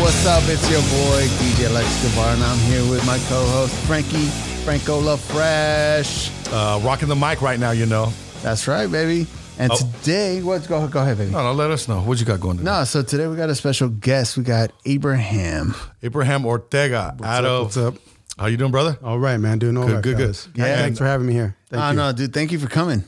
what's up? It's your boy DJ Lex Guevara, and I'm here with my co-host Frankie Franco LaFresh. Uh, rocking the mic right now, you know. That's right, baby. And Oh. today, what's go go ahead, baby. No, no, let us know. What you got going today? No, so today we got a special guest. We got Abraham. Abraham Ortega out up, of. what's up? How you doing, brother? All right, man. Doing all Good, right, good, good. fellas. Yeah. Hey, thanks for having me here. Thank Oh you. no, dude, thank you for coming.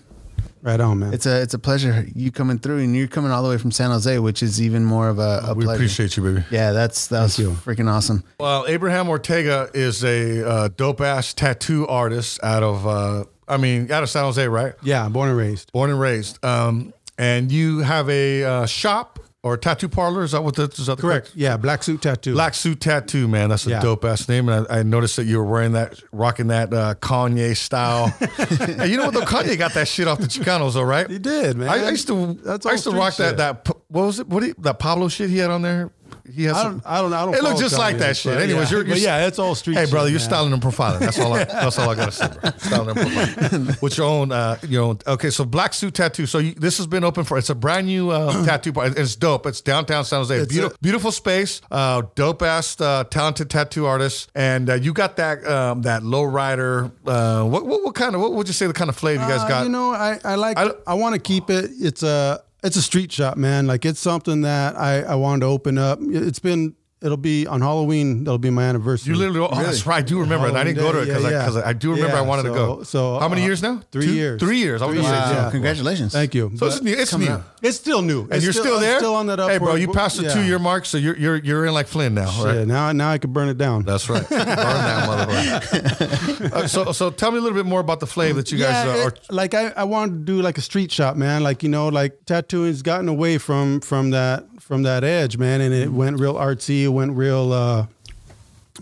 Right on, man. It's a it's a pleasure you coming through, and you're coming all the way from San Jose, which is even more of a, a we pleasure. appreciate you, baby. yeah, that's that was you. freaking awesome. Well, Abraham Ortega is a uh, dope ass tattoo artist out of. Uh, I mean, out of San Jose, right? yeah, born and raised. Born and raised. Um, and you have a uh, shop or tattoo parlor? Is that what that is? That the Yeah, black suit tattoo. Black suit tattoo, man. That's a Yeah. dope ass name. And I, I noticed that you were wearing that, rocking that uh, Kanye style. Hey, you know what? Though Kanye got that shit off the Chicanos, though, right? He did, man. I, I used to. That's I all used to street rock that. shit. That p- what was it? What do you- that Pablo shit he had on there? He has. I don't. I don't. I don't It looked follow just like Kanye, that shit. but Anyways, yeah. you're, you're But yeah, it's all street. Hey, shit, brother, you're man. styling and profiling. That's all. I, that's all I gotta say. Bro. Styling and profiling with your own. Uh, your own. Okay, so black suit tattoo. So you, this has been open for. It's a brand new uh, tattoo bar. It's dope. It's downtown San Jose. Beautiful, beautiful space. Uh, dope ass, uh, talented tattoo artist. And uh, you got that um, that low rider. Uh, what, what what kind of what would you say the kind of flavor you guys Uh, got? You know, I, I like. I- I, want to keep it. It's a it's a street shop, man. Like it's something that I I wanted to open up. It's been. It'll be on Halloween. That'll be my anniversary. You literally, oh, that's right. I do remember it. I didn't go to it because Oh, Yeah, yeah. I, 'cause I, I do remember Yeah, I wanted to go. so- so, how many uh, years now? three years. Three years. I was Three gonna say years, two. yeah. Wow, congratulations. Thank you. So But it's new. It's new. And it's still new, and you're still, there. Still on that up. Hey, bro, you passed the two-year mark, so you're you're you're in like Flynn now. all right? Yeah, now now I could burn it down. That's right. Burn that motherfucker. Uh, so so tell me a little bit more about the flavor that you guys yeah, uh, are. it- like I, I wanted to do like a street shop, man. Like you know, like tattooing's gotten away from from that from that edge, man, and it went real artsy, it went real uh,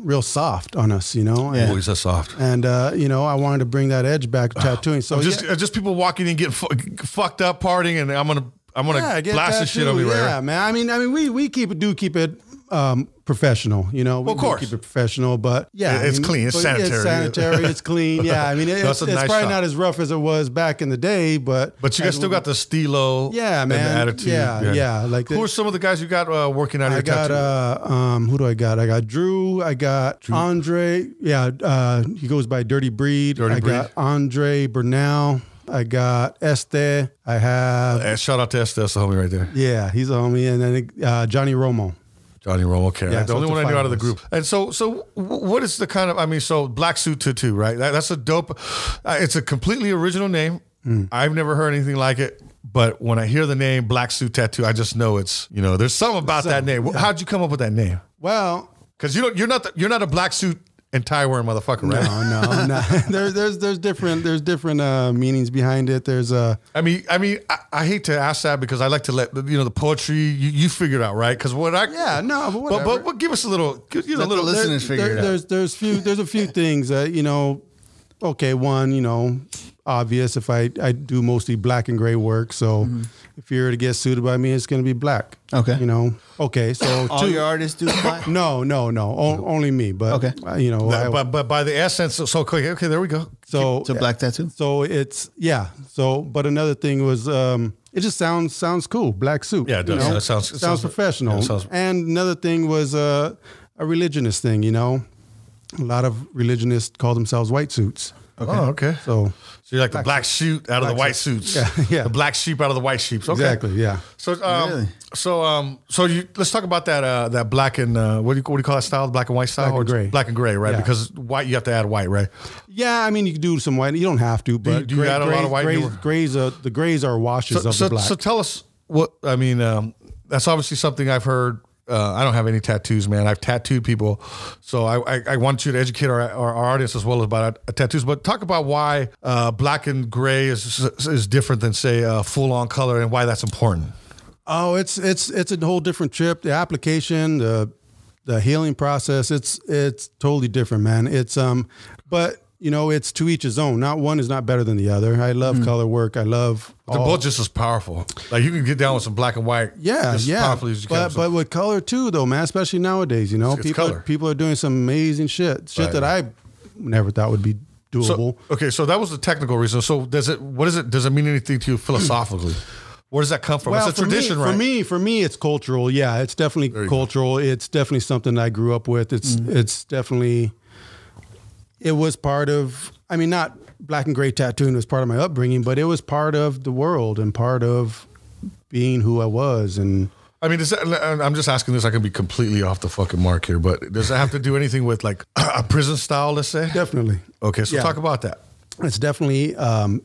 real soft on us, you know. And, Boys, that's soft. and uh, you know, I wanted to bring that edge back to tattooing. So Just yeah, uh, just people walking in getting fu- fucked up, partying, and I'm gonna I'm gonna yeah, get blast this shit tattooed. over you. right? Yeah, man. I mean, I mean, we we keep it do keep it. Um, professional, you know, we, Well, of we course. keep it professional, but yeah, It- it's I mean, clean, it's but sanitary. it's sanitary, it's clean. Yeah, I mean, it, That's it's, a it's nice probably shop. not as rough as it was back in the day, but But you guys I- still got the stilo, Yeah, and man. the attitude. Yeah, yeah, like who the- are some of the guys you got uh, working out of your I got tattoo? uh, um, who do I got? I got Drew. I got Andre. Yeah, uh, he goes by Dirty Breed. Dirty I got Andre Bernal. I got Este. I have Uh, shout out to Estes, that's the homie right there. yeah, he's a homie, and then uh, Johnny Romo. Johnny Romo. Okay, Yeah, the so only it's one the I knew out of the finalists. group. And so, so w- what is the kind of? I mean, so black suit tattoo, right? That, that's a dope. Uh, it's a completely original name. I've never heard anything like it. But when I hear the name Black Suit Tattoo, I just know it's you know there's something about that name. Wh- How'd you come up with that name? Well, Because you don't you're not the, you're not a black suit and tie wearing motherfucker, right? no, no, no. there, there's there's different there's different uh, meanings behind it. There's uh, I mean, I mean, I, I hate to ask that because I like to let you know the poetry you, you figure it out, right? Because what I Yeah, no, but but, whatever. but but give us a little you Let know a the little listeners figure there, it out. there's there's few there's a few things that you know. Okay, one you know obvious. If I I do mostly black and gray work, so if you were to get suited by me, it's going to be black. Mm-hmm. Okay. you know. Okay, so All two. your artists do black? no, no, no. O- only me, but Okay. uh, you know. I- but but by the essence, so, so okay, okay, there we go. so So black tattoo? So it's yeah. So but another thing was um it just sounds sounds cool. Black suit. Yeah, it you does. know? It sounds- it sounds, sounds- professional. yeah, it sounds- and another thing was uh, a religionist thing. You know, a lot of religionists call themselves white suits. Oh, okay. So, So you're like the black suit out of the white suits. Yeah, yeah. The black sheep out of the white sheeps. Okay. exactly, yeah. So, um, Really? so, um, so you let's talk about that. Uh, that black and uh, what do you what do you call that style? The black and white style, Black and just gray. Black and gray, right? Yeah. Because white, you have to add white, right? Yeah, I mean you can do some white. You don't have to, but do you add a lot of white Grays, newer- grays are the grays are washes So, of so, the black. so tell us what I mean. Um, that's obviously something I've heard. Uh, I don't have any tattoos, man. I've tattooed people, so I, I, I want you to educate our, our, our audience as well about uh, tattoos. But talk about why uh, black and gray is is different than say uh, full on color, and why that's important. Oh, it's it's it's a whole different trip. The application, the the healing process, it's it's totally different, man. It's um, but you know, it's to each his own. Not one is not better than the other. I Hmm. love color work. I love They're all- both just as powerful. Like you can get down with some black and white. yeah, just As yeah. powerfully as you But can. but with color too, though, man. Especially nowadays, you know, It's- it's people color. people are doing some amazing shit, shit Right, that I never thought would be doable. so, okay, so that was the technical reason. So does it? What is it? Does it mean anything to you philosophically? Where does that come from? Well, it's a for me- tradition, right? For me, for me, it's cultural. Yeah, it's There definitely you go. cultural. It's definitely something I grew up with. It's it's definitely it was part of. I mean, not black and gray tattooing was part of my upbringing, but it was part of the world and part of being who I was. And I mean, does that, and I'm just asking this. I can be completely off the fucking mark here, but does that have to do anything with like a prison style? Let's say. definitely, Okay, so Yeah. talk about that. it's definitely um,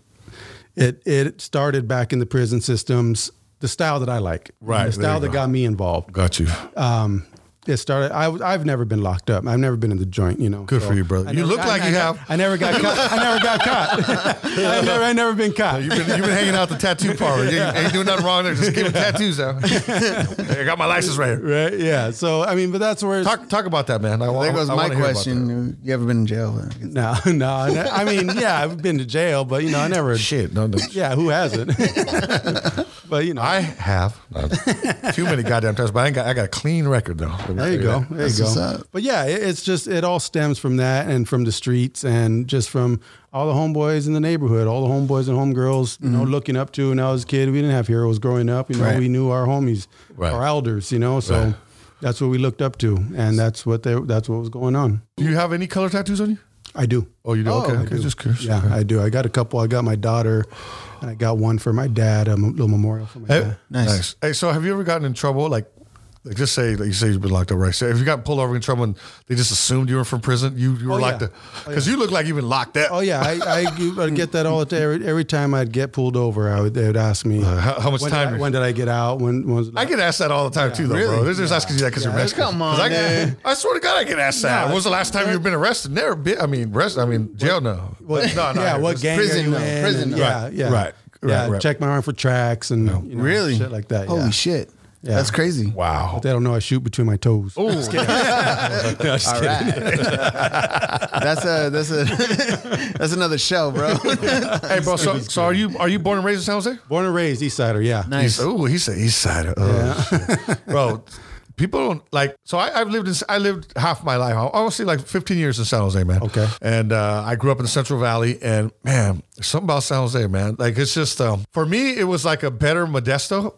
it it started back in the prison systems. The style that I like, Right, The there style you that go. got me involved. Got you. um, it started. I, I've never been locked up. I've never been in the joint. You know. Good for you, brother. You never look got- like I, you I- have. I never got caught. I never got caught. I never. I never been caught. You've been, you've been hanging out the tattoo parlor. You ain't doing nothing wrong there. Just giving tattoos out. I got my license right here. Right. Yeah. So I mean, but that's where. it's- Talk talk about that, man. I, wa- There I goes wanna my hear about that. question. You ever been in jail? no, no. I mean, yeah, I've been to jail, but you know, I never. Shit, no, no. Yeah, who hasn't? but you know, I have no, too many goddamn times, but I ain't got. I got a clean record though. Let me There tell you go. that. There That's you what's go. up. But yeah, it, it's just it all stems from that and from the streets and just from all the homeboys in the neighborhood, all the homeboys and homegirls, you know, Mm-hmm. looking up to. When I was a kid, we didn't have heroes growing up. You know, Right. we knew our homies, Right. our elders. You know, so Right. that's what we looked up to, and that's what they that's what was going on. Do you have any color tattoos on you? I do. Oh, you do. Oh, okay, I okay. do. Just curious. Yeah, I do. I got a couple. I got my daughter, and I got one for my dad, a m- little memorial for my Hey, dad. Nice. Hey, so have you ever gotten in trouble? Like, like just say like you say you've been locked up, right? So if you got pulled over in trouble and they just assumed you were from prison, you you were Oh, locked yeah. up because you look like you've been locked up. Oh yeah, I, I, do- I get that all the day. Every, every time I'd get pulled over, I would they would ask me Uh, how- how much when time Did I, you- when did I get out? When, when was I get asked that all the time too, though, bro. They're just asking you that because you're Mexican. Come on, 'Cause I, dude. I swear to God, I get asked that. Nah, When's the last time you've been arrested? Never been. I mean, arrest. I mean, jail. No. no, no. yeah, what It's gang prison are you though, in? prison And though. yeah, Right, yeah, right, yeah. right, right. Check my arm for tracks and you know, Really? shit like that. Holy yeah. shit. Yeah. That's crazy. Wow. But they don't know I shoot between my toes. Ooh. All right. that's a that's a that's another show, bro. hey, bro. So, so are you are you born and raised in San Jose? Born and raised East Sider. Yeah, nice. He's, ooh, he said East Side. Oh, shit. bro. People don't like so. I, I've lived in. I lived half my life. I honestly like 15 years in San Jose, man. Okay. And uh, I grew up in the Central Valley, and man, there's something about San Jose, man. Like it's just um, for me, it was like a better Modesto,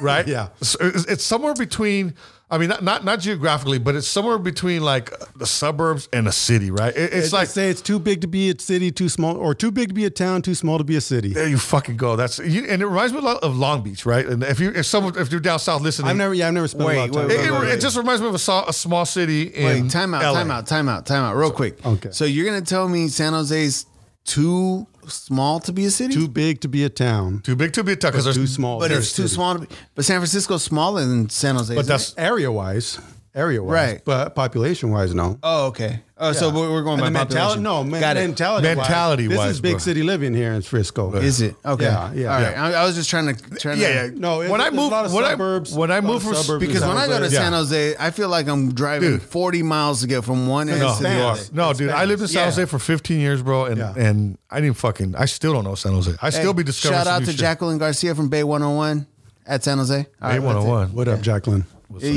right? Yeah. So it's, it's somewhere between. I mean, not, not not geographically, but it's somewhere between like the suburbs and a city, right? It- it's They like say it's too big to be a city, too small, or too big to be a town, too small to be a city. there you fucking go. That's you, and it reminds me a lot of Long Beach, right? And if you if someone if you're down south listening, I've never, yeah, I've never spent Wait, a lot of time. wait, It, wait, it- it just reminds me of a, so- a small city in Wait, time out, LA. time out, time out, time out, real quick. Okay. So you're gonna tell me San Jose's too small to be a city? Too big to be a town, Too big, too big, because there's too small. but to be a it's too city. small to be but San Francisco's smaller than San Jose. But isn't it? that's area wise, area wise, Right. But population wise, no. Oh, okay. Oh, so we're we're going And by the population. mentality, no, men, Got it. mentality, Mentality This wise, is big bro. city living here in Frisco. Is it okay? Yeah, yeah. All right. I, I was just trying to. Trying to- yeah, yeah. No, it- when I there's a moved, lot of when suburbs, I when I a lot moved of from suburbs Because San when I go to Yeah. San Jose, I feel like I'm driving Dude. 40 miles to get from one end no, to you the are. other. no, dude. I lived in San Yeah. Jose for 15 years, bro, and Yeah. and I didn't fucking. I still don't know San Jose. I still Hey, be discovering. Shout some out new to shit. Jacqueline Garcia from Bay 101 at San Jose. All Bay right, that's oh it. 101. What up, Jacqueline?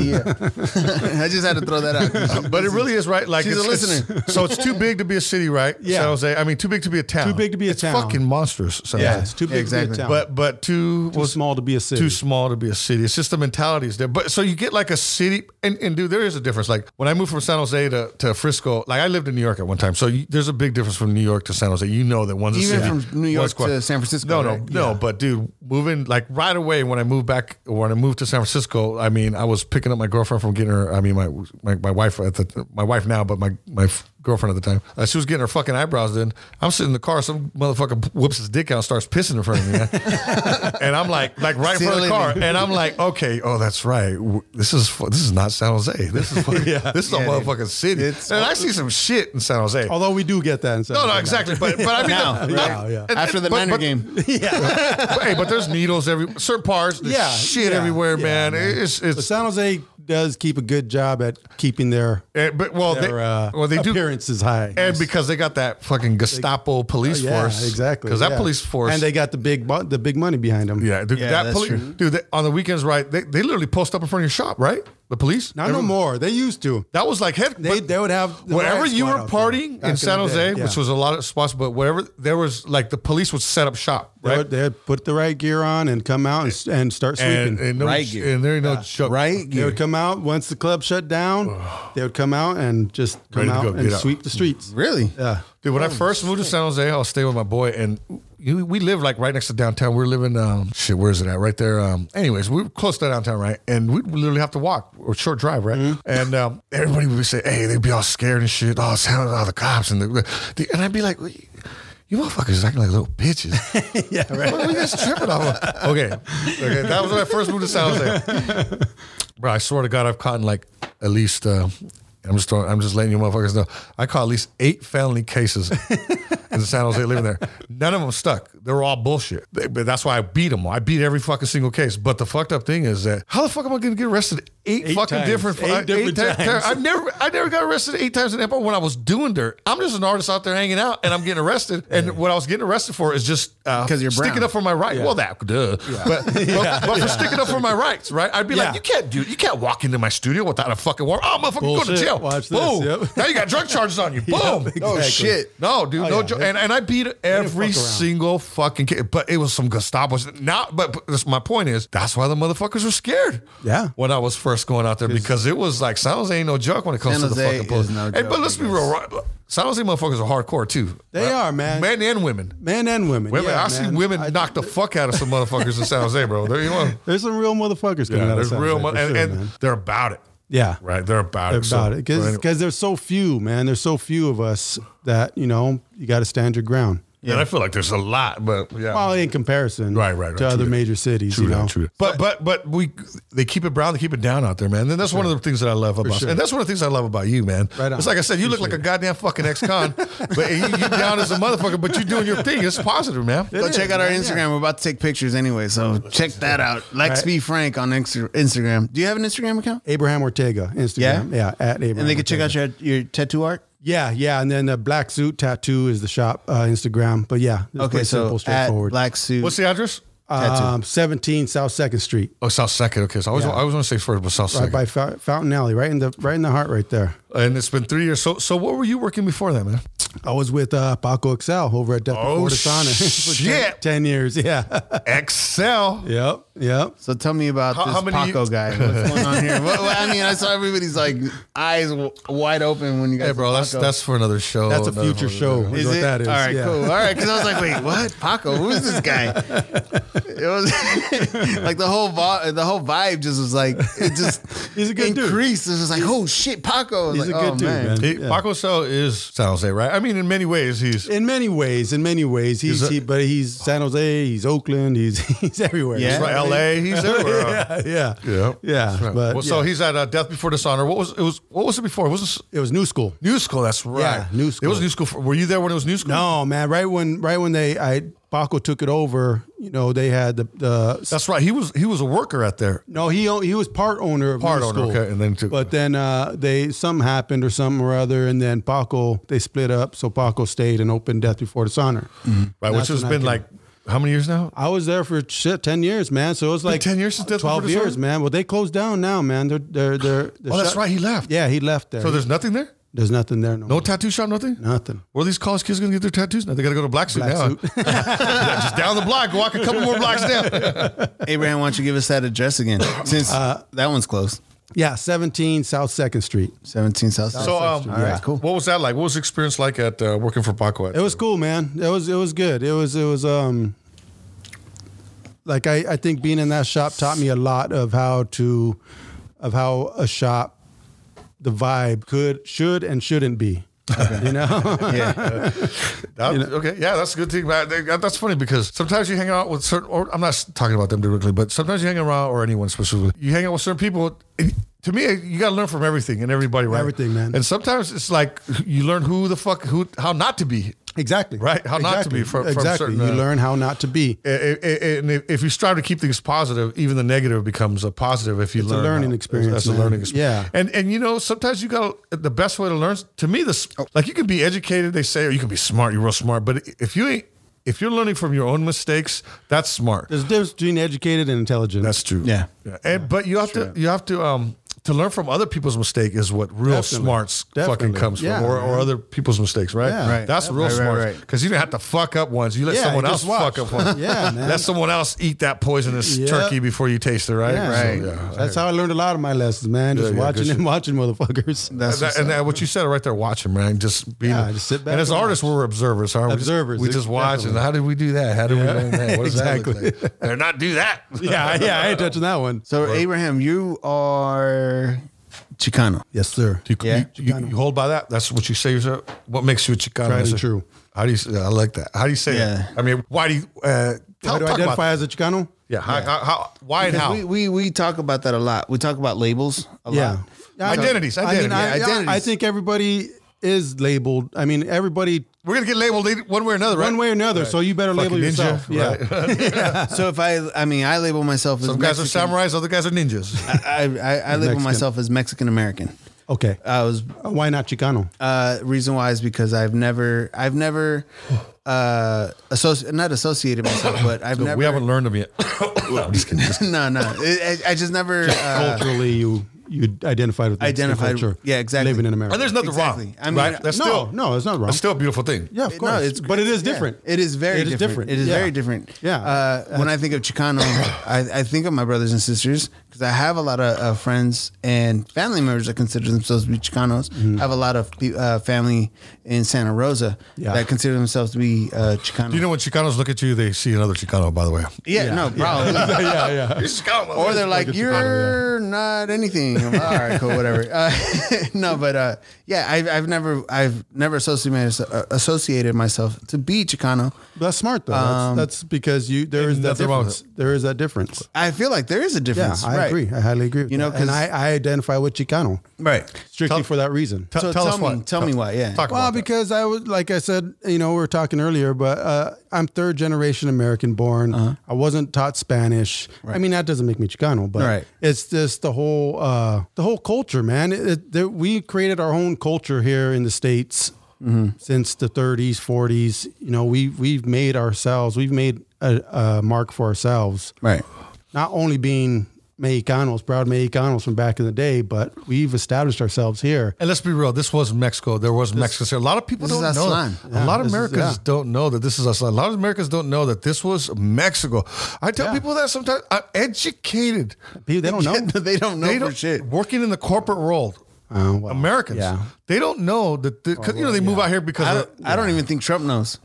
Yeah. I just had to throw that out. But it really is right. Like She's a it's- it's- listener. so it's too big to be a city, right? Yeah. San Jose. I mean, too big to be a town. Too big to be a it's town. Fucking monstrous. San Yeah, Jose. it's too big to be exactly. a town. But but too too small to be a city. too small to be a city. It's just the mentality is there. But so you get like a city, and, and dude, there is a difference. Like when I moved from San Jose to, to Frisco, like I lived in New York at one time. So you, there's a big difference from New York to San Jose. You know that one's a Even city, from New York one's to San Francisco, No, no, right? no. But dude, moving like right away when I moved back, when I moved to San Francisco, I mean, I was picking up my girlfriend from getting her. I mean, my my, my wife at the my wife now, but my my f- girlfriend at the time, uh, she was getting her fucking eyebrows done. I'm sitting in the car, some motherfucker whoops his dick out, and starts pissing in front of me, man. and I'm like, like right in front Silly of the car, me. and I'm like, okay, oh, that's right. W- This is fu- this is not San Jose. This is fucking, this is a Yeah, dude. motherfucking city. It's- and I see some shit in San Jose. Although we do get that in San No, no, Jose. exactly. But but I mean, Now, no, right. no, Yeah. and- After and- the but- Niner but- game. but, hey, but there's needles every certain parts. There's Yeah, shit yeah, everywhere, yeah, man. man. It's But it's. San Jose does keep a good job at keeping their eh, but well, they, their uh, well they do, appearances high. and because they got that fucking Gestapo police Oh, yeah, force, exactly. Because that yeah. police force, and they got the big bu- the big money behind them. yeah, dude, Yeah, that that's police, true. dude, they, on the weekends, right? They, they literally post up in front of your shop, right? The police? Not Every- no more. They used to. That was like head. They, but they would have the wherever riot you squad were out there partying back in San the Jose, day, which yeah. was a lot of spots, but wherever there was like the police would set up shop, They right? would, they would put the right gear on and come out and, s- and start sweeping. and, and no, Right sh- gear. and there ain't no shop. Right? they would come out once the club shut down. they would come out and just come Ready to out go, and get out. sweep the streets. Really? Yeah. Dude, when I first moved to San Jose, I was staying with my boy, and we, we live like right next to downtown. We are living, um, shit, where is it at? Right there. Um, anyways, we were close to downtown, right? And we'd literally have to walk or short drive, right? And um, everybody would say, hey, they'd be all scared and shit. Oh, San all the cops. And, the, the, and I'd be like, you motherfuckers acting like little bitches. Yeah. Right. What are we just tripping off of? Okay. Okay. That was when I first moved to San Jose. Bro, I swear to God, I've caught in like at least, uh, I'm just throwing, I'm just letting you motherfuckers know. I caught at least eight felony cases in San Jose living there. None of them stuck. They were all bullshit. They- but that's why I beat them. I beat every fucking single case. But the fucked up thing is that how the fuck am I going to get arrested eight, Eight fucking times. different uh, Eight different ti- times. I've never I never got arrested eight times in Empire when I was doing dirt. I'm just an artist out there hanging out and I'm getting arrested. And what I was getting arrested for is just uh, 'Cause you're brown. sticking up for my right. Well, that duh. But, but, but for sticking up for my rights, right? I'd be Yeah. like, you can't do, you can't walk into my studio without a fucking warrant. Oh, motherfucker, go to Bullshit. jail. Watch this. Boom. Yep. Oh, Now you got drug charges on you. Boom. Oh, shit. No, dude, no yeah. joke. And, and I beat every single fucking kid, but it was some Gestapo's. Now, but, but this, my point is, that's why the motherfuckers were scared. Yeah. When I was first going out there, because it was like San Jose ain't no joke when it comes San to the Jose fucking police. is no hey, joke, but let's I be real, right? San Jose motherfuckers are hardcore too. They Uh, are, man. Men and women. Men and women. Women, yeah, I man. see women knock the fuck out of some motherfuckers in San Jose, bro. There you go. There's some real motherfuckers coming Yeah, out of there's San real, Jose, mo- for and, sure, and man. they're about it, yeah. right? They're about it. So- about so it because anyway. there's so few, man. There's so few of us that you know you got to stand your ground. and I feel like there's a lot, but yeah. Well, in comparison, Right, right, right. to other True that. major cities, True you know. that, true that. But but but we they keep it brown, they keep it down out there, man. And that's one of the things that I love about, sure. and that's one of the things I love about you, man. Right on. It's like I said, you look like a goddamn fucking ex-con, but you, you down as a motherfucker, but you're doing your thing. It's positive, man. Go check out our Instagram. We're about to take pictures anyway, so check that out. Lex B Frank on Insta- Instagram. Do you have an Instagram account? Abraham Ortega, Instagram, yeah, at Abraham. And they can check Ortega. out your your tattoo art. yeah, yeah, and then the black suit tattoo is the shop uh, Instagram. But yeah, it's Okay, pretty so simple, at straightforward. Black Suit. What's the address? tattoo? um, 17 South Second Street, Oh, South Second. Okay, so I always Yeah. I always want to say first, but South right Second. by Fou- Fountain Alley, right in the right in the heart, right there. And it's been three years. So so what were you working before that, man? I was with uh, Paco Excel over at Death Oh, Before Dishonor for 10 shit. ten years. Yeah, Excel. yep, yep. so tell me about How- this how many- Paco guy. What's going on here? Well, I mean, I saw everybody's like eyes w- wide open when you guys. Hey, bro, said that's Paco. that's for another show. That's a another future whole- show. Is what it? that is, All right, yeah. cool. All right, because I was like, wait, what? Paco? Who's this guy? It was like the whole vi- the whole vibe just was like it just He's a good dude. increased. It was like, oh shit, Paco. I was He's a like, good oh, dude, man. He, Yeah. Paco Excel is San Jose, right? I mean, in many ways, he's In many ways, in many ways, he's, He's a- he, but he's San Jose, he's Oakland, he's he's everywhere. Yeah. right, L.A. He's everywhere. yeah, yeah, Yeah, yeah. That's right. But Well, so yeah. he's at uh, Death Before Dishonor. What was it was what was it before? It was this it was new school. New School? That's right. Yeah, New It was School. New School. For, were you there when it was New School? No, man. Right when right when they I Baco took it over, you know, they had the the. that's right. He was he was a worker out there. No, he own- he was part owner of Part new owner, school, okay, and then took- but then uh, they something happened or something or other, and then Paco they split up, so Paco stayed and opened Death Before Dishonor. Right, which That's has when I been came. like how many years now? I was there for shit ten years, man. So it was like 10 years since Death twelve Before Dishonor? years, man. Well, they closed down now, man. They're they're they're. they're Oh, that's shut- right. He left. Yeah, he left there. So there's nothing there. There's nothing there. No, No more. tattoo shop. Nothing. nothing. Where are these college kids gonna get their tattoos now? They gotta go to Black Suit Black now. suit. Yeah, just down the block, walk a couple more blocks down. Abraham, why don't you give us that address again? Since Uh, that one's close, Yeah, 17 South Second Street. 17 South. So, South. um, all right, cool. What was that like? What was the experience like at uh, working for Paco? It was cool, man. It was it was good. It was it was um like I I think being in that shop taught me a lot of how to of how a shop the vibe could should and shouldn't be. You know? Yeah, That- okay, yeah, that's a good thing. But they- That's funny because sometimes you hang out with certain, or I'm not s- talking about them directly, but sometimes you hang around, or anyone specifically, you hang out with certain people. and to me, you got to learn from everything and everybody, right? Everything, man. And sometimes it's like you learn who the fuck, who, how not to be. exactly. Right, how not to Exactly. be from- from exactly. certain, you uh, learn how not to be. A- a- a- And if if you strive to keep things positive, even the negative becomes a positive. If you It's a learn, learning experience, That's man. a learning experience. Yeah. And and you know, sometimes you got to the best way to learn. To me, this Oh. like you can be educated, they say, or you can be smart. You're real smart, but if you ain't, if you're learning from your own mistakes, that's smart. There's a difference between educated and intelligent. That's true. Yeah. And but you have to you have to um to learn from other people's mistake is what real Definitely. smarts fucking Definitely. comes Yeah, from, or, or man. other people's mistakes, right? Yeah. Right. That's real Right, right, smarts right. because you don't have to fuck up once. You let Yeah, someone you else just fuck watch. up once. Yeah, man. Let someone else eat that poisonous Yep. turkey before you taste it, right? Yeah. Right. yeah. That's how I learned a lot of my lessons, man. Just Yeah, yeah, watching good and watching motherfuckers. That's And, that, what's and up. that, what you said right there, watching, man. Just being, Yeah, just sit back And as and artists, we're observers, aren't we? Just- Observers, We just watch, and how did we do that? How did we learn that? What does that Exactly. look like? Better not do that. yeah, yeah, I ain't touching that one. So Abraham, you are Chicano. Yes, sir. You, Yeah. you, you, you hold by that. That's what you say. yourself. What makes you a Chicano? Tried and That's a- true. How do you? Say, I like that. How do you say Yeah. it? I mean, why do you? Uh, How tell- do I talk about identify that. as a Chicano? Yeah. How, how, how, why and how? We, we we talk about that a lot. We talk about labels a Yeah. lot. Identities, I mean, identity, I, yeah, identities. I think everybody is labeled. I mean, everybody We're gonna get labeled one way or another, right? one way or another. So you better label Fucking ninja, yourself. Yeah. right? So if I, I mean, I label myself as Some guys Mexican. are samurais, other guys are ninjas. I, I, I label Mexican. myself as Mexican American. Okay. I was Uh, Why not Chicano? uh, reason why is because I've never, I've never, uh, associ- not associated myself, but I've never. we haven't learned them yet. I'm just kidding. no, no, I, I I just never. Uh, Culturally, you you identified with the Mexican Identified- culture. yeah, exactly. Living in And America. there's nothing Exactly. wrong. I mean, right? That's no, still no, it's not wrong. that's still a beautiful thing. yeah, of No, course. it's- but it is yeah. different. It is very It is different. different. It is Yeah. very different. Yeah. Uh, when I think of Chicano, I, I think of my brothers and sisters because I have a lot of uh, friends and family members that consider themselves to be Chicanos. Mm-hmm. I have a lot of pe- uh, family in Santa Rosa Yeah. that consider themselves to be uh, Chicano. You know when Chicanos look at you, they see another Chicano. By the way, yeah, no, probably. yeah, yeah. You're Chicano. Or they're like, Like it's you're not anything. I'm like, All right, cool, whatever. Uh, no, but uh, yeah, I've, I've never, I've never associated uh, associated myself to be Chicano. That's smart though. Um, that's, that's because you there is that nothing wrong with difference. There is that difference. I feel like there is a Yeah, difference. I right. agree. I highly agree. With You know, that. and 'cause- I, I identify with Chicano Right. strictly Tell- for that reason. Tell- So tell tell, us me, why. tell me why. Yeah. Talk well, about that. because I was like I said, you know, we were talking earlier, but uh, I'm third generation American born. I wasn't taught Spanish. I mean, that doesn't make me Chicano, but Right. it's just the whole uh, the whole culture, man. It, it, there, we created our own culture here in the states since the 30s, 40s. You know, we we've made ourselves. We've made a, a mark for ourselves. Right. not only being Mexicanos, proud Mexicanos from back in the day, but we've established ourselves here. And let's be real, this was Mexico. There was Mexicans here. A lot of people This don't is know. Aslan. A lot of this is- Americans yeah. don't know that this is Aslan. A lot of Americans don't know that this was Mexico. I tell people that sometimes I'm educated. People, they don't know. they don't know They for don't- shit. Working in the corporate world, Oh, wow. Americans, Yeah. they don't know that, the, 'cause, you know, they move out here because Oh, I of- don't, I don't even think Trump knows.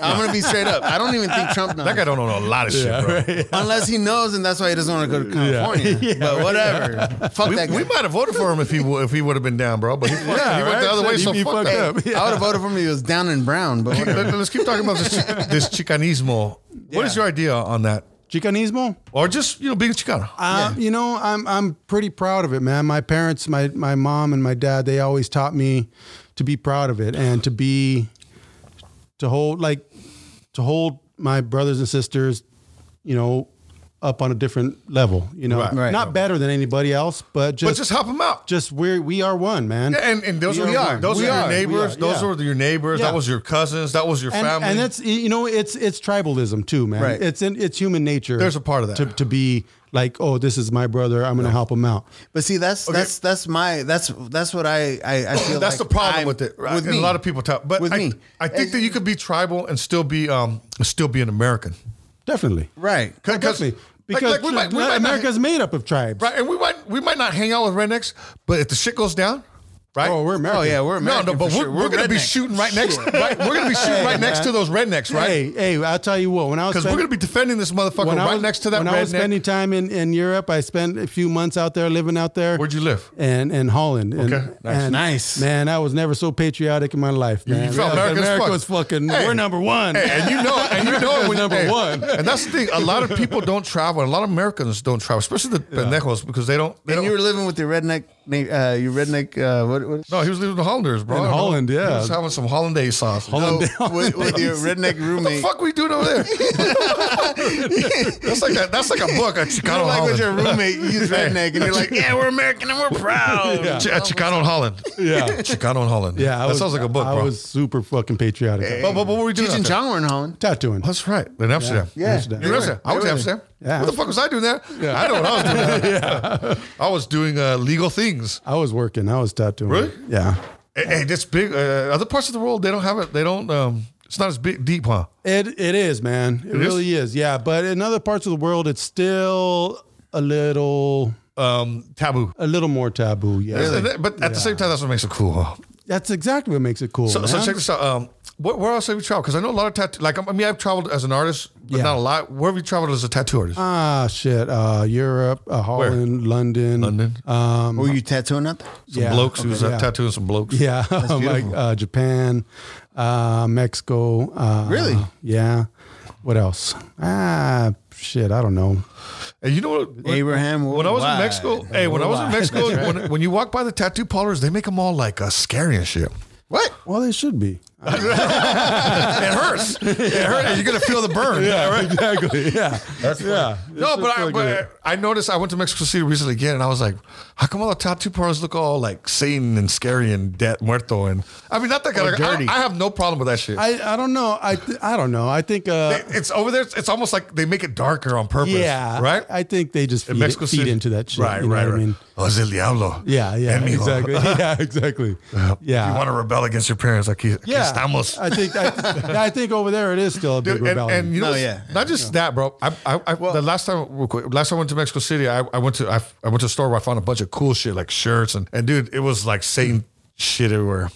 I'm gonna be straight up. I don't even think Trump knows. that guy don't know a lot of shit, bro. Unless he knows, and that's why he doesn't want to go to California. but whatever. Fuck We, that guy. we might have voted for him if he w- if he would have been down, bro. But he, fucked- he went the right? other way, He- so he fuck fucked that. up. Yeah. I would have voted for him. if He was down and brown, but whatever. Let, us keep talking about this, chi- this Chicanismo. What is Yeah. your idea on that, Chicanismo? or just you know being Chicano? Um, You know, I'm I'm pretty proud of it, man. My parents, my my mom and my dad, they always taught me to be proud of it and to be to hold like to hold my brothers and sisters, you know, up on a different level. You know, Right. Right. not better than anybody else, but but just just help him out. just we're we are one, man. Yeah, and, and those We are, are one. those We are, are. your We neighbors. are, Those yeah. were your neighbors. Yeah. That was your cousins. That was your and, family. And that's you know it's it's tribalism too, man. Right. It's in, it's human nature. There's a part of that. to, to be like, oh, this is my brother. I'm gonna help him out. But see, that's that's that's my that's that's what I I, I feel. that's like the problem I'm- with it. Right? With and me. a lot of people talk, but With I, me. I think that you could be tribal and still be um still be an American. Definitely, right. Cause, definitely. like- Because like, we might- we might not- America's made up of tribes. right, and we might we might not hang out with rednecks, but if the shit goes down, right? Oh, we're American. Oh yeah, we're no, American no, but we're, for sure. we're, gonna be redneck. shooting right next. Right, we're gonna be shooting right next to those rednecks, right? Hey, hey, I'll tell you what. When I was Because we're spend- gonna be defending this motherfucker when I right was- next to that when I was redneck. spending time in, in Europe, I spent a few months out there living out there. Where'd you live? And and Holland. And, Okay. Nice. and, Nice. Man, I was never so patriotic in my life. Man. felt Yeah, American as fuck. was fucking. Hey. We're number one. Hey, and you know, and you know, when, number hey, one. And that's the thing. A lot of people don't travel. and A lot of Americans don't travel, especially the pendejos, because they don't. They And don't you were living with your redneck, na- uh, your redneck. Uh, what, what no, he was living with the Hollanders, bro. In I don't know. Holland, yeah. He was having some hollandaise sauce. Holland- No, with, with your redneck What the roommate. fuck we doing over there? that's like a, that's like a book, a You Chicano know, like Holland. with your roommate, you use redneck, and you're like, yeah, we're American and we're proud. Ch- a Chicano in Holland. Yeah. Chicano in Holland. Yeah, I that was- sounds like a book, I bro. was super fucking patriotic. but, but what were we doing? Cheech and out there? Chong were in Holland. Tattooing. That's right. In Amsterdam. Yeah. You were in Amsterdam. I was in Amsterdam. Yeah. What the fuck was I doing there? I don't know. what I was doing, there. I was doing uh, legal things. I was working. I was tattooing. Really? Yeah. Hey, hey, that's big. Uh, other parts of the world, they don't have it. They don't. Um, it's not as big, deep, huh? It it is, man. It, is? really is? Yeah, but in other parts of the world, it's still a little Um, taboo. a little more taboo. Yeah, And that- But at the same time, that's what makes it cool. Huh? that's exactly what makes it cool. So, so man. check this out. Um, where, where else have you traveled? Because I know a lot of tattoo. Like I mean, I've traveled as an artist, but Yeah. not a lot. Where have you traveled as a tattoo artist? ah shit, uh, Europe, uh, Holland, London, London? um, Were you tattooing up? there? some yeah, blokes. who was uh, yeah. tattooing some blokes. yeah, like beautiful. uh, Japan, uh, Mexico. Uh, Really? Yeah. What else? Ah, shit, I don't know. And you know what? when- Abraham When I was in worldwide. Mexico, hey, when I was in Mexico, when, when you walk by the tattoo parlors, they make them all like uh, scary and shit. What? Well, they should be. it hurts. It hurts. and You're gonna feel the burn. Yeah, right. exactly. Yeah. That's yeah. No, but, I, but I noticed I went to Mexico City recently again, and I was like, how come all the tattoo parlors look all like Satan and scary and dead muerto and I mean not that kind Or of dirty. dirty. I, have no problem with that shit. I, I don't know. I th- I don't know. I think uh it's over there. It's almost like they make it darker on purpose. yeah. right. I think they just In feed, it, feed City- into that shit. Right, you know right, what right. I mean? oh, it's el diablo. Yeah, yeah, Eh, mijo. exactly. Yeah, exactly. If you Yeah. want to rebel against your parents, like aquí Yeah. estamos. I think I, yeah, I think over there it is still a big Dude, and, rebellion. and you No, know, Oh, yeah. not just that, bro. I, I, I the last time, real quick, last time I went to Mexico City, I, I went to I, I went to a store where I found a bunch of cool shit like shirts and and dude, it was like Satan shit everywhere.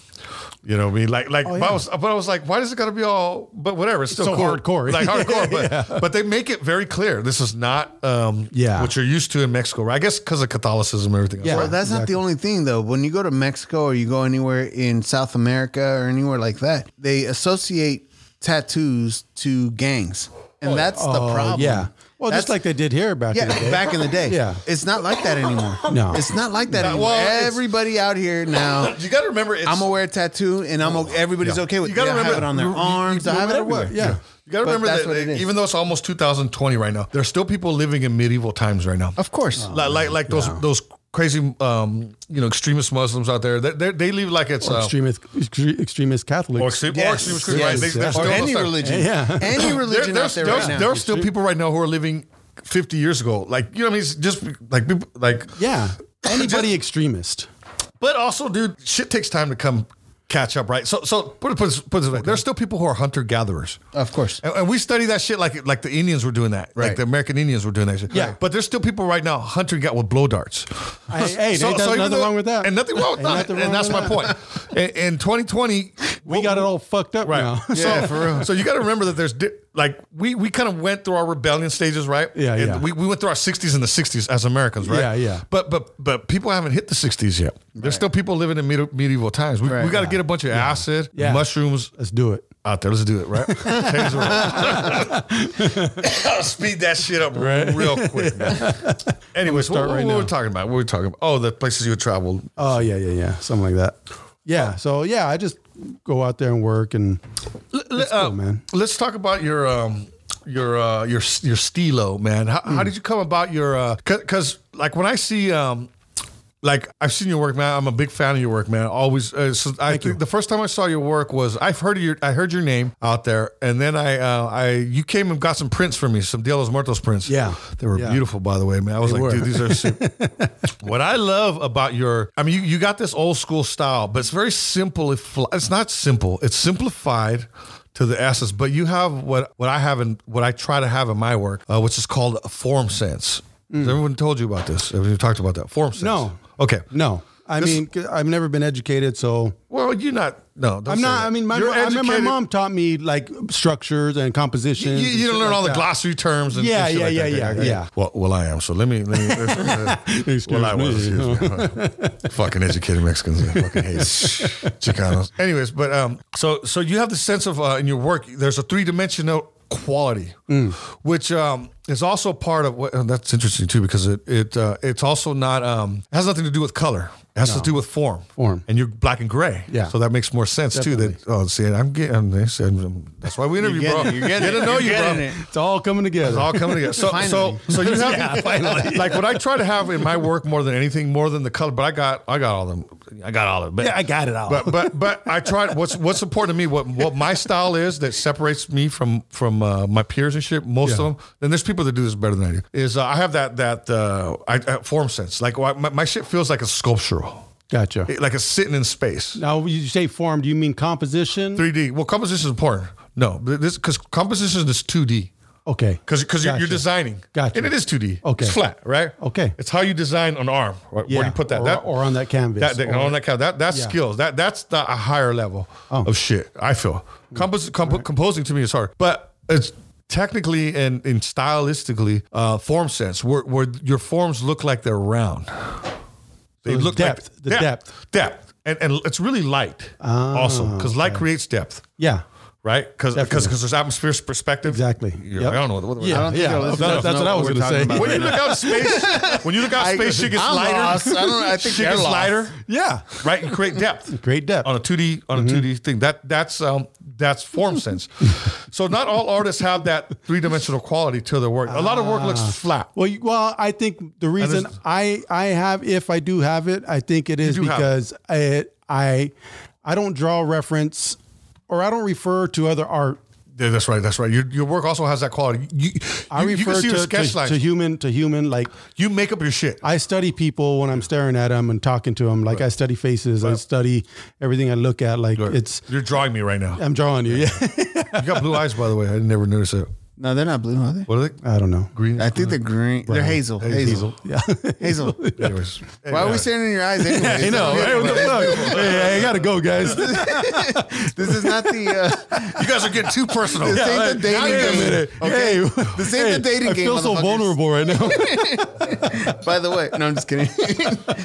You know what I mean? Like, like, but, I Oh, yeah. was, but I was like, why does it gotta be all? But whatever, it's still so cool. hardcore. like hardcore. But, but they make it very clear. This is not, um, Yeah. what you're used to in Mexico. Right? I guess because of Catholicism and everything. else, Yeah. right? Well, that's not the only thing though. When you go to Mexico or you go anywhere in South America or anywhere like that, they associate tattoos to gangs, and that's the Oh, problem. Yeah. Well, just That's- like they did here back in the yeah, day. back in the day. Yeah. it's not like that anymore. No. it's not like that anymore. well, it's- Everybody out here now. You got to remember, it's, I'm gonna wear a tattoo, and I'm okay. Everybody's Yeah. okay with. You gotta yeah, I have remember- it on their you- you- arms. I no have it matter what, everywhere. yeah. You got to But remember that's that, what it is. even though it's almost 2020 right now, there's still people living in medieval times right now. Of course. Oh, like like, like those those crazy um, you know extremist Muslims out there. They, they, they live like it's uh, extremist extre- extremist Catholics. or extreme, or Yes, extremist Christians, yes, right? They, yes. they're or still any stuck. religion. Yeah. Any There- religion There's, out there there's, right now. there's still people right now who are living 50 years ago. Like you know, what I mean, It's just like people like. yeah. Anybody extremist. But also, dude, shit takes time to come catch up, right? So so put it put it, put it this way: there's still people who are hunter gatherers. Of course. And, and we study that shit like like the Indians were doing that, like Right. the American Indians were doing that shit. Yeah. but there's still people right now hunting out with blow darts. Hey, hey, ain't that- even nothing though- wrong with that. and nothing wrong with Ain't that. nothing And wrong that's with my that. point. In, in 2020, We got it all fucked up right. now. so, for real. So you got to remember that there's di- like we we kind of went through our rebellion stages, right? Yeah, And yeah. We, we went through our 60s and the 60s as Americans, right? Yeah, yeah. But but but people haven't hit the 60s yet. There's still people living in medi- medieval times. We, we Right. got to get a bunch of acid, Yeah. mushrooms, Let's do it. out there. Let's do it, right? Change the world. Speed that shit up real quick. Man. Anyways, what, what right were we now. talking about? What were we talking about? Oh, the places you would travel. Oh yeah, yeah, yeah, something like that. Yeah. So yeah, I just go out there and work, and uh, cool, man. Let's talk about your um, your uh, your your stilo, man. How, Hmm. how did you come about your? Because like when I see. Um, like I've seen your work, man. I'm a big fan of your work, man. Always. Uh, so I think the first time I saw your work was I've heard of your I heard your name out there, and then I uh, I you came and got some prints for me, some De los Muertos prints. Yeah. they were Yeah. beautiful, by the way, man. I was like, were. dude, these are. Super. what I love about your, I mean, you, you got this old school style, but it's very simple. If it's not simple, it's simplified. To the essence, but you have what what I have and what I try to have in my work, uh, which is called a form sense. Has everyone told you about this? Have you talked about that form sense? Mm. No. Okay. no, I mean, 'cause I've never been educated, so Well, you're not. No, don't I'm say not. that. I mean, my You're mom, I remember my educated. mom taught me like structures and You, compositions. you and don't shit learn like all the that. glossary terms and Yeah, and shit yeah, like yeah, that. yeah, Okay. yeah. Well, well, I am. So let me. Let me Excuse well, I was. me. Excuse me. fucking educated Mexicans. I fucking hate Chicanos. Anyways, but um, so so you have the sense of uh, in your work. There's a three dimensional quality, Mm. which um is also part of what. And that's interesting too because it it uh, it's also not um it has nothing to do with color. It has to do with form. Form. And you're black and gray. Yeah. So that makes more sense too. That oh, see, I'm getting. I'm- I'm- that's why we interview, bro. getting it. You're getting Get to it. know You're you, bro. getting it. It's all coming together. It's all coming together. So, so, so you have Yeah, finally. like what I try to have in my work more than anything, more than the color. But I got, I got all them. I got all of it. But, Yeah, I got it all. But but but I tried. What's what's important to me? What what my style is that separates me from from uh, my peers and shit. Most of them. Then there's people that do this better than I do. Is uh, I have that that uh, I, uh, form sense. Like why- my, my shit feels like a sculptural, Gotcha. It- like it's sitting in space. Now, when you say form, do you mean composition? 3D. Well, composition is important. No, this because composition is 2D. Okay. Because because you're, you're Gotcha. designing. Gotcha. And it is 2D. Okay. It's flat, right? Okay. It's how you design an arm. Right? Where Yeah. you put that. Or- that or on that canvas. That, that- Or- on that canvas. That, that's Yeah. Oh. skills. That That's the, a higher level of shit, I feel. Compos- comp- Composing to me is hard. But it's technically and, and stylistically uh, form sense, where, where your forms look like they're round. They it's look depth, Ah, like the depth. Depth. And, and it's really light also because light creates depth Yeah. right? Because because there's atmospheric perspective. Exactly. Yeah, Yep. I don't know. What, what, Yeah. think yeah. our listeners That- that's know what I what was we're going to talking say. about. When you look out in space, when you look out in space, shit gets I'm lighter. lost. I don't know. I think shit they're gets lost. lighter, Yeah. right? You create depth. Great depth. on a two D on Mm-hmm. a two D thing. That that's um that's form sense. so not all artists have that three dimensional quality to their work. A lot of work looks Ah. flat. Well, you- well, I think the reason there's- I I have if I do have it, I think it is do have because I I I don't draw reference or I don't refer to other art. Yeah, that's right. That's right. Your, your work also has that quality. You, I you, you can refer see your to, sketch to, lines. to human to human like you make up your shit. I study people when I'm staring at them and talking to them. Like I study faces, I study everything I look at. Like it's You're drawing me right now. I'm drawing you. Yeah, You got blue eyes, by the way. I never noticed it. No, they're not blue, are they? What are they? I don't know. Green. Uh, I think they're green. They're hazel. Hazel. Yeah, Hazel. Anyways. Why are Yeah. we staring in your eyes? Anyway? I know, right? What the hey, I gotta go, guys. This is not the. Uh, You guys are getting too personal. this ain't the Now dating you're game. getting- Okay? Hey, this ain't the dating I game. feel so motherfuckers. vulnerable right now. uh, By the way, no, I'm just kidding.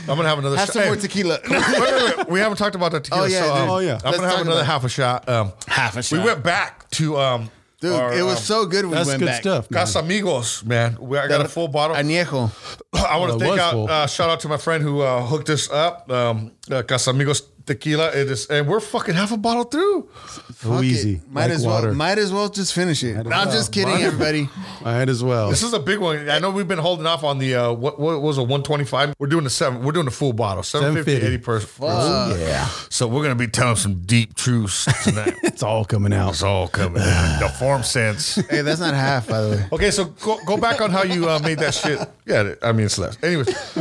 I'm gonna have another. Have shot. some Hey, more tequila. wait, wait, wait. We haven't talked about that tequila. Oh, yeah, so, um, dude. Oh, yeah. I'm Let's gonna have talk another about half a shot. Um, Half a we shot. went back to um, Dude, our, it was um, so good. We That's went good back. stuff. man. Casamigos, man. We, I got a full bottle. Añejo. I want Well, it to thank was out, full. uh, shout out to my friend who uh, hooked us up. Um, uh, Casamigos tequila. It is, and we're fucking half a bottle through. Go Fuck it. easy. Might like as water. well. Might as well just finish it. I'm just kidding, everybody. Might as well. This is a big one. I know we've been holding off on the uh, what, what was a 125. We're doing the seven. We're doing the full bottle, 750, 80 per. Fuck. yeah. So we're gonna be telling some deep truths tonight. It's all coming out. It's all coming. in. The form sense. Hey, that's not half, by the way. Okay, so go, go back on how you uh, made that shit. Yeah, I mean it's less. Anyways,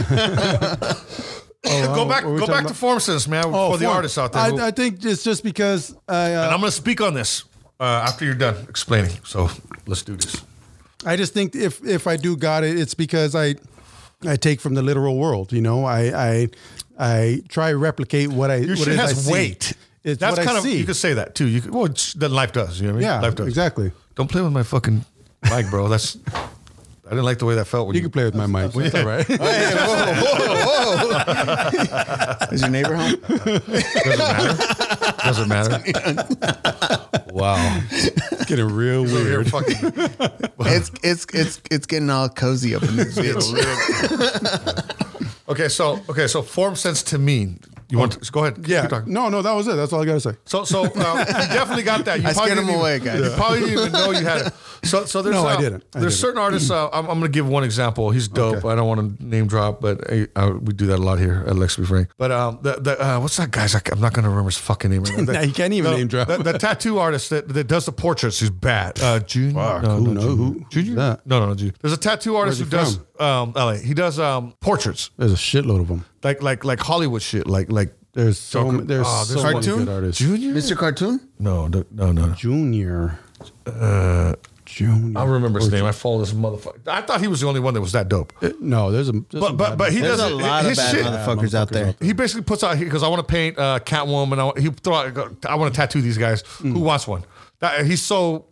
go back, Oh, what were we go back to talking about? Oh, form sense, man, for the form. artists out there. who- I, I think it's just because I, and uh, I'm gonna speak on this uh, after you're done explaining. So let's do this. I just think if if I do got it, it's because I I take from the literal world. You know, I I I try to replicate what I Your what shit it is has I see. weight. It's That's what kind I of see. you could say that too. You could, well, it's, then life does. You know what I mean? Yeah, life does exactly. Don't play with my fucking mic, bro. That's I didn't like the way that felt. When You can play with my mic. It's all right. Hey, whoa, whoa, whoa. is your neighbor home? Doesn't matter. wow. It's getting real Over weird. here fucking- It's it's it's it's getting all cozy up in this bitch. okay, so okay, so form sense to mean. You want to go ahead? Keep Yeah. talking. No, no, that was it. That's all I gotta say. So, so um, you definitely got that. You I probably scared him didn't even- away, guys. You probably didn't even know you had it. So, so there's No, I uh, didn't. I there's didn't. certain artists. Uh, I'm, I'm going to give one example. He's dope. I don't want to name drop, but I, I, we do that a lot here at Lex Be Frank. But um, the, the uh, what's that guy's? I, am not going to remember his fucking name. Right now. Now you can't even the, name drop. The, the tattoo artist that, that does the portraits. He's bad. Uh, Junior. who know- who- Junior? who's that? No, no, no. Junior. There's a tattoo artist who Where's he does um, LA. He does um, portraits There's a shitload of them. like like like Hollywood shit. Like like There's so Joker- ma- there's Ah, so many cartoon? good artists. Junior. Mr. Cartoon? No, no, no, no. no. Junior. Uh, Junior. I remember his name. I follow this motherfucker. I thought he was the only one that was that dope. No, there's a. there's But some but bad but he ones. There's does a lot of his bad shit. motherfuckers out there. He basically puts out because I want to paint uh, Catwoman. I want, he throw out, I want to tattoo these guys. Mm. Who wants one? That, he's so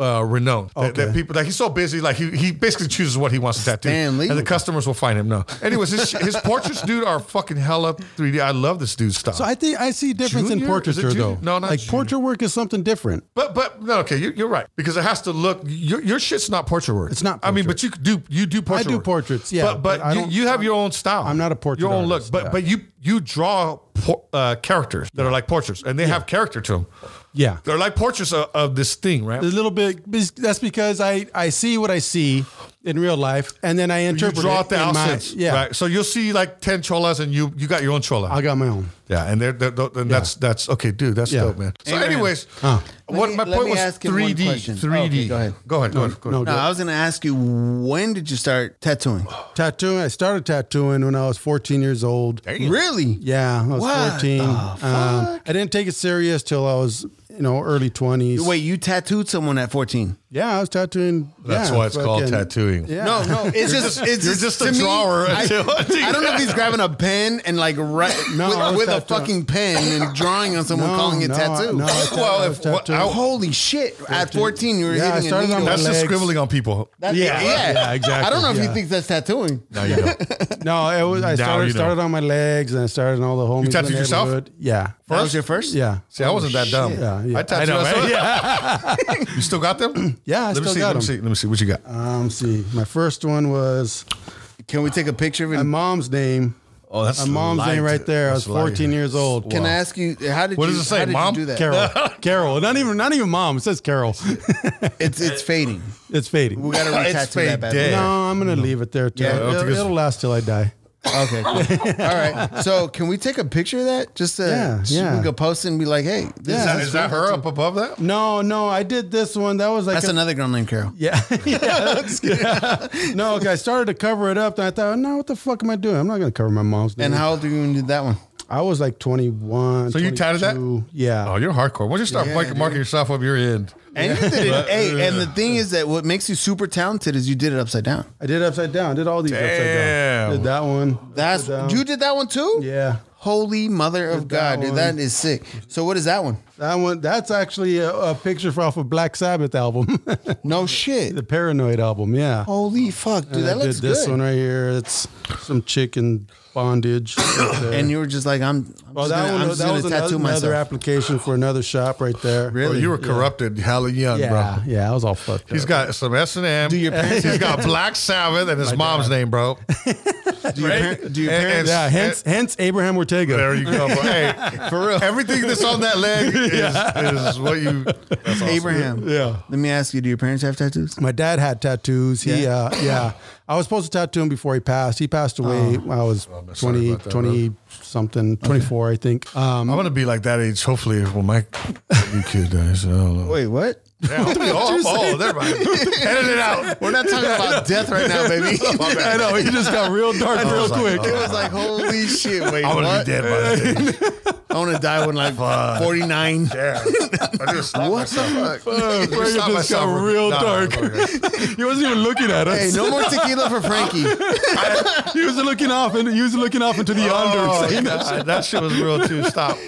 uh, renowned that, that Okay. people like he's so busy. Like he, he basically chooses what he wants to tattoo, Stan Lee. and the customers will find him. No, anyways, his, his portraits, dude, are fucking hella 3D. I love this dude's stuff. So I think I see a difference Junior? in Is it portraiture junior? though. No, not like junior. portrait work is something different. But but no, okay, you, you're right because it has to look. Your, your shit's not portrait work. It's not I mean, portrait. but you could do you do portrait. do work. portraits, yeah, but but, but I you, don't- you have your own style. I'm not a portrait Your own artist, look, but yeah. but you you draw por- uh, characters that are like portraits, and they have character to them. Yeah. They're like portraits of, of this thing, right? a little bit that's because I I see what I see in real life, and then I You interpret draw it out the in my- outfits, yeah, right? So you'll see like ten cholas, and you you got your own chola. I got my own. yeah, and they're, they're, they're- and that's that's okay, dude. That's Yeah. dope, man. So, Amen. anyways, Huh. Let what me- my let point me was ask him one three D, question. Oh, three Okay, D. go ahead. go ahead, go ahead. go ahead. no, No, I was gonna ask you when did you start tattooing? Oh, Tattooing. I started tattooing when I was 14 years old. Damn. Really? Yeah, I was What 14. the Um, I didn't take it serious till I was, you know, early 20s. Wait, you tattooed someone at fourteen? Yeah, I was tattooing. That's yeah, why it's called fucking- tattooing. Yeah. No, no, it's just, it's you're just a to me, drawer I, until- I don't know if he's grabbing a pen and like right No, I was with, with a tattooing. fucking pen and drawing on someone, No, calling it no, tattoo. no, I was tattooing. Well, I if- was what- tattooing. I- Holy shit! At fourteen, you were Yeah, I hitting a started on needle. my That's just legs. scribbling on people. That- Yeah, yeah, exactly, I don't know if yeah. he thinks that's tattooing. No, you don't. No, it was, I Now started, you know. started on my legs and I started on all the homies. in the tattooed yourself? neighborhood. Yeah. That was your first. Yeah. See, I wasn't that dumb. Yeah, yeah. I tattooed I know, myself. you still got them? Yeah, I let me still see, got let me them. see. Let me see what you got. Um, let's see, my first one was Can we take a picture of it? my mom's name. Oh, that's my mom's light. name right there. I was That's light. 14 years old. Can I ask you how did What you does it say, how did Mom? you do that? Carol. Carol. Not even not even mom. It says Carol. It's it's fading. It's fading. We gotta It's re-tattoo that bad. faded. boy. No, I'm gonna leave it there. Till, Yeah. I don't it'll, think it's- it'll last till I die. Okay. cool. All right. So can we take a picture of that? Just to Yeah, so yeah. we can post it and be like, hey, this Yeah. Is that, is, is that her up above that? No, no, I did this one. That was like that's a- another girl named Carol. Yeah. yeah. Yeah. No, okay, I started to cover it up, and I thought, no, what the fuck am I doing? I'm not gonna cover my mom's name. And how old are you when you did that one? I was like 21. So you tatted that? 22. Yeah. Oh, you're hardcore. Once you start Yeah, marking, dude. marking yourself up, you're in. And you did it. But- hey, and the thing is that what makes you super talented is you did it upside down. I did upside down. I did all these upside Damn. down. Did that one. That's Upside down. you did that one too. Yeah. Holy mother of Did that God, dude, one. that is sick. So what is that one? That one. That's actually a, a picture for off a Black Sabbath album, No shit. the Paranoid album. Yeah. Holy fuck, Oh, dude, And I that looks did this good. one right here. It's some chicken bondage. right there. and you were just like, I'm. I'm oh, just that gonna, I'm one. just That gonna was tattoo another, another myself. application for another shop right there. Bro, Really? you were corrupted, hella young, Yeah. bro. Yeah. I was all fucked He's up. got some S and M. your parents- He's got Black Sabbath and his mom's name, bro. do your, par- do your And- parents? and- Yeah. Hence, hence Abraham Ortega. There you go, bro. Hey, for real, everything that's on that leg is, is what you. That's awesome. Abraham. Yeah. Let me ask you: Do your parents have tattoos? My dad had tattoos. He, Yeah? yeah. Uh, yeah. I was supposed to tattoo him before he passed. He passed away when I was I'm sorry 20, about that, 20 something, 24, I think. Um, I'm gonna be like that age, hopefully, when my new kid dies. I don't know. Wait, what? Yeah, I'm oh, oh, never mind. Edit it out. We're not talking about death right now, baby. Oh, I know. He just got real dark I real was like, quick. It was like, holy shit! Wait, I I want to what? be dead by then. I want to die when like forty nine. Yeah. I just slapped What the fuck? Let me Frank stop just myself got real- real No, no, dark. it's he wasn't even looking at us. Hey, no more tequila for Frankie. he was looking off and he was looking off into the Oh, yonder. saying that. God, that shit was real too. Stop.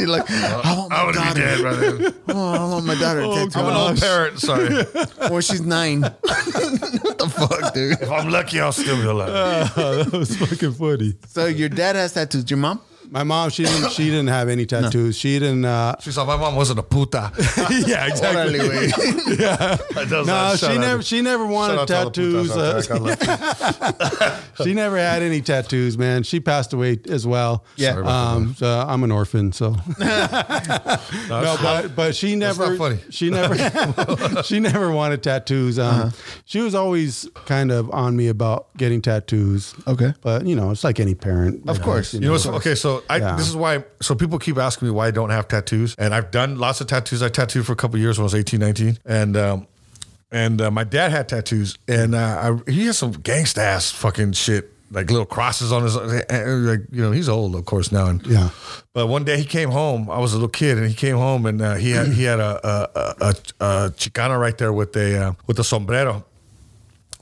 You're like, I want my I would be daughter. dead by then. Oh, I want my daughter tattooed. I'm an old parent. Sorry. If Or she's nine. what the fuck, dude? I'm lucky, I'll still be alive. that was fucking funny. So your dad has tattoos. Your mom? My mom, she didn't, she didn't have any tattoos. She didn't. Uh, She's like, my mom wasn't a puta. yeah, Orale, exactly. güey. No, she never. She never wanted tattoos. Uh, she never had any tattoos, man. She passed away as well. Yeah. Sorry about Um. So I'm an orphan. So no, but but she never. not funny. She never. she never wanted tattoos. Um. Uh-huh. She was always kind of on me about getting tattoos. Okay. But you know, it's like any parent. Of course. You know, what's okay, so I, Yeah. this is why. So people keep asking me why I don't have tattoos, and I've done lots of tattoos. I tattooed for a couple of years when I was 18, 19, and um, and uh, my dad had tattoos, and uh, I, he has some gangsta ass fucking shit, like little crosses on his, uh, like you know, he's old of course now, and Yeah. But one day he came home. I was a little kid, and he came home, and uh, he had he had a a, a, a Chicana right there with a uh, with a sombrero.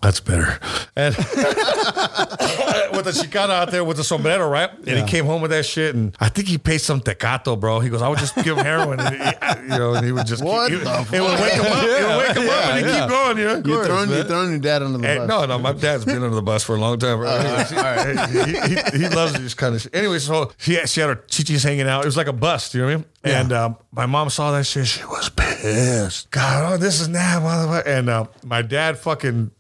That's better. And with the Chicana out there with the sombrero, right? And he Yeah. came home with that shit, and I think he paid some tecato, bro. He goes, I would just give him heroin, and he, you know, and he would just What keep, he, the it would wake him up, it would wake him up, Yeah, and he yeah. keep going, you know. You're throwing, you're throwing your dad under the Hey, bus. Eh, Uh-huh. no, no, my dad's been under the bus for a long time. bro. he, he- he loves this kind of shit. Anyway, so she had, she had her chichis hanging out. It was like a bust, you know what I mean? And um, my mom saw that shit. She was pissed. God, oh, this is now, motherfucker. And uh, my dad fucking,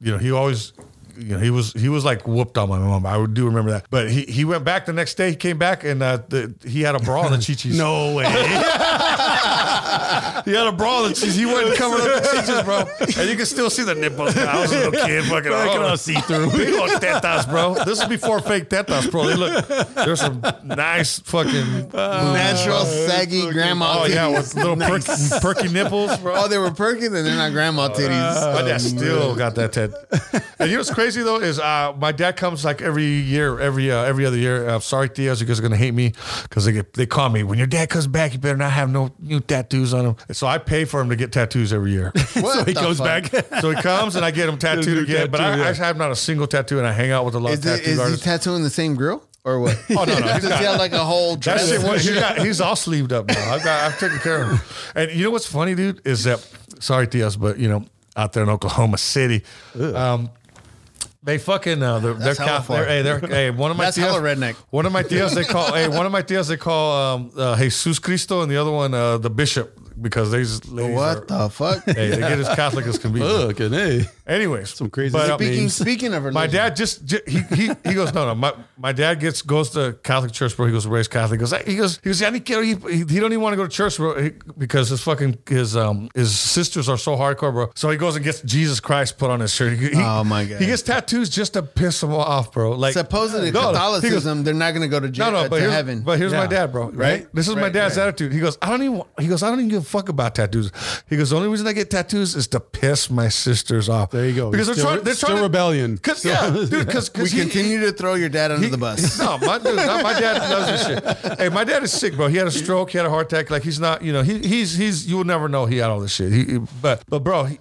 you know, he always. You know, he was he was like whooped on my mom. I do remember that. But he, he went back the next day. He came back and uh, the, he had a brawl in the chichis. No way. He had a brawl and cheese. He wasn't covering up the teachers, bro. And you can still see the nipples. man. I was a little kid, fucking I can oh, all see through. Big old tetas, bro. This is before fake tetas, bro. They look, there's some nice fucking. Natural saggy grandma. oh, yeah, titties. with little perk, perky nipples, bro. Oh, they were perky, then they're not grandma titties. Uh, my dad still got that tat. and you know what's crazy though is uh, my dad comes like every year, every uh, every other year. Uh, sorry, tias, you guys are gonna hate me because they get, they call me when your dad comes back. You better not have no new tattoos on him. And so I pay for him to get tattoos every year. What so he the goes fuck? back. so he comes and I get him tattooed new again. but I, tattoo, yeah. I have not a single tattoo, and I hang out with a lot Is, of it, tattoo is he artists. tattooing the same girl or what? Oh, no, no, he's Does he got- have like a whole That dress? shit, and was- he shit? got, he's all sleeved up now. I've got, I've taken care of him. And you know what's funny, dude, is that sorry, Tias, but you know, out there in Oklahoma City, um, they fucking uh, they're, they're, That's hella Cal- far. they're hey, they're hey, one of my That's tias, hella redneck. One of my tias they call hey, one of my tias they call um, uh, Jesus Cristo, and the other one uh, the bishop because these ladies What are, the fuck? hey, they get as Catholic as can be. Look and hey, Anyways, uh, some crazy Speaking, speaking of religion, my dad just, ju- he, he he goes no no my, my dad gets goes to Catholic church bro he goes raised Catholic he goes "Hey," he goes he goes yeah, I need care." he, he, he don't even want to go to church bro he- because his fucking his um his sisters are so hardcore bro so he goes and gets Jesus Christ put on his shirt He- he- Oh, my God. he gets tattoos just to piss him off bro like supposedly No, no. He goes, Catholicism, they're not going to go to jail, no, no, but to here's, heaven. But here's my Yeah. dad, bro. Right? Right? This is my Right, dad's right. attitude. He goes, I don't even. He goes, I don't even give a fuck about tattoos. He goes, the only reason I get tattoos is to piss my sisters off. There you go. Because they're Still- trying. They're still trying to, rebellion. Cause, Still- yeah, dude. Because we continue to throw your dad under he- the bus. No, my dude, not my dad loves this shit. Hey, my dad is sick, bro. He had a stroke. He had a heart attack. Like he's not, you know, he, he's he's. You will never know he had all this shit. He, he- but but bro. He,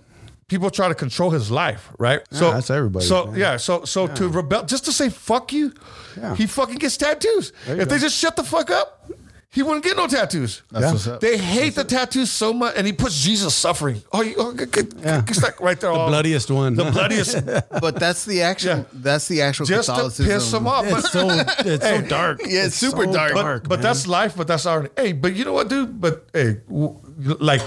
People try to control his life, right? so that's everybody, So man. yeah, so so to rebel, just to say fuck you, Yeah. he fucking gets tattoos. If you they go. just shut the fuck up, he wouldn't get no tattoos. Yeah. what's They hate the tattoos so much, and he puts Jesus suffering. Oh, you, oh get, get, Yeah. get stuck right there, all- bloodiest one. the bloodiest, but that's the actual. Yeah. That's the actual just to Catholicism. piss him off. But- it's so it's so dark. Yeah, it's super so dark. but, but man. that's life. But that's our hey. But you know what, dude? But hey, w- like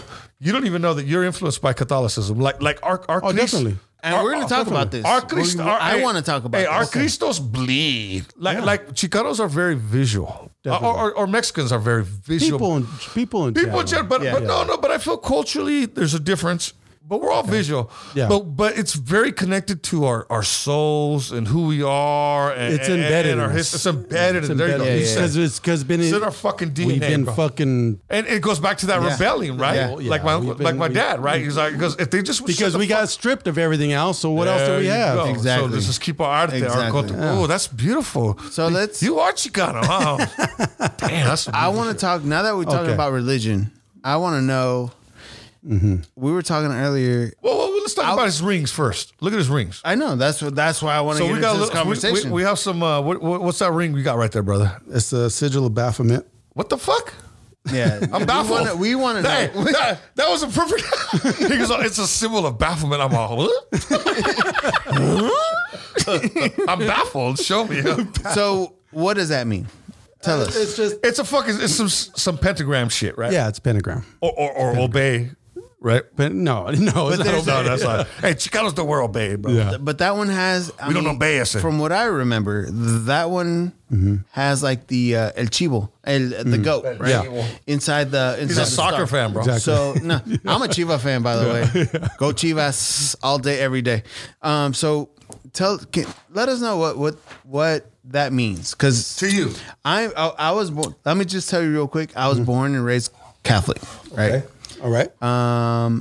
you don't even know that you're influenced by Catholicism. Like like our our Oh, definitely. And we're gonna talk about this. Our We- Christ, we- our- I hey, wanna talk about Hey, our this. Okay. Christos bleed. Like like Chicanos are very visual. Or, Definitely. or, or Mexicans are very visual. people in people in People general. general, but, Yeah. but no, no, but I feel culturally there's a difference. But we're all visual. Yeah. But but it's very connected to our, our souls and who we are. And, It's and- embedded And our in us. history. It's embedded. It's in- there you embedded. go. Yeah, You yeah, said Because it's because been it's in our fucking DNA. We've been bro. fucking and it goes back to that rebellion, right? Yeah. Like my Yeah, we've like been- my we- dad, right? He's like, because if they just would shut because the we fuck- got stripped of everything else. So what else do There we you go. have? Exactly. So let's just keep our art there. our Exactly. culture. Oh, that's beautiful. So You- let's- You are Chicano, huh? Damn, that's. I want to talk now that we're talking Okay. about religion. I want to know. We were talking earlier. Well, well, let's talk about his rings first. Look at his rings. I know that's what. That's why I want to So get we into got a this little- we- conversation. We, we have some. Uh, what, what- what's that ring we got right there, brother? It's the sigil of Baphomet. What the fuck? yeah, I'm baffled. We want to Hey, know. that, that was a perfect. he goes, "Oh, it's a symbol of bafflement. I'm all, "Huh? I'm baffled. Show me. So what does that mean? Tell Uh, us. It's just It's a fucking. It's some some pentagram shit, right? yeah, it's pentagram. Or or, or obey, right? But no, no, it's not there's- No, Obama. that's not. Hey, Chicanos don't wear obey, bro. Yeah. but that one has. I We don't obey us. From what I remember, that one Mm-hmm. has like the uh, el chivo, el, the Mm. goat, right? Yeah. Inside the inside He's a the star. soccer fan, bro. So no, I'm a Chiva fan, by the way. Go Chivas all day, every day. Um, so tell, can, let us know what what what that means, because To you. I, I I was born. Let me just tell you real quick. I was born and raised Catholic, right? Mm-hmm. Okay. All right.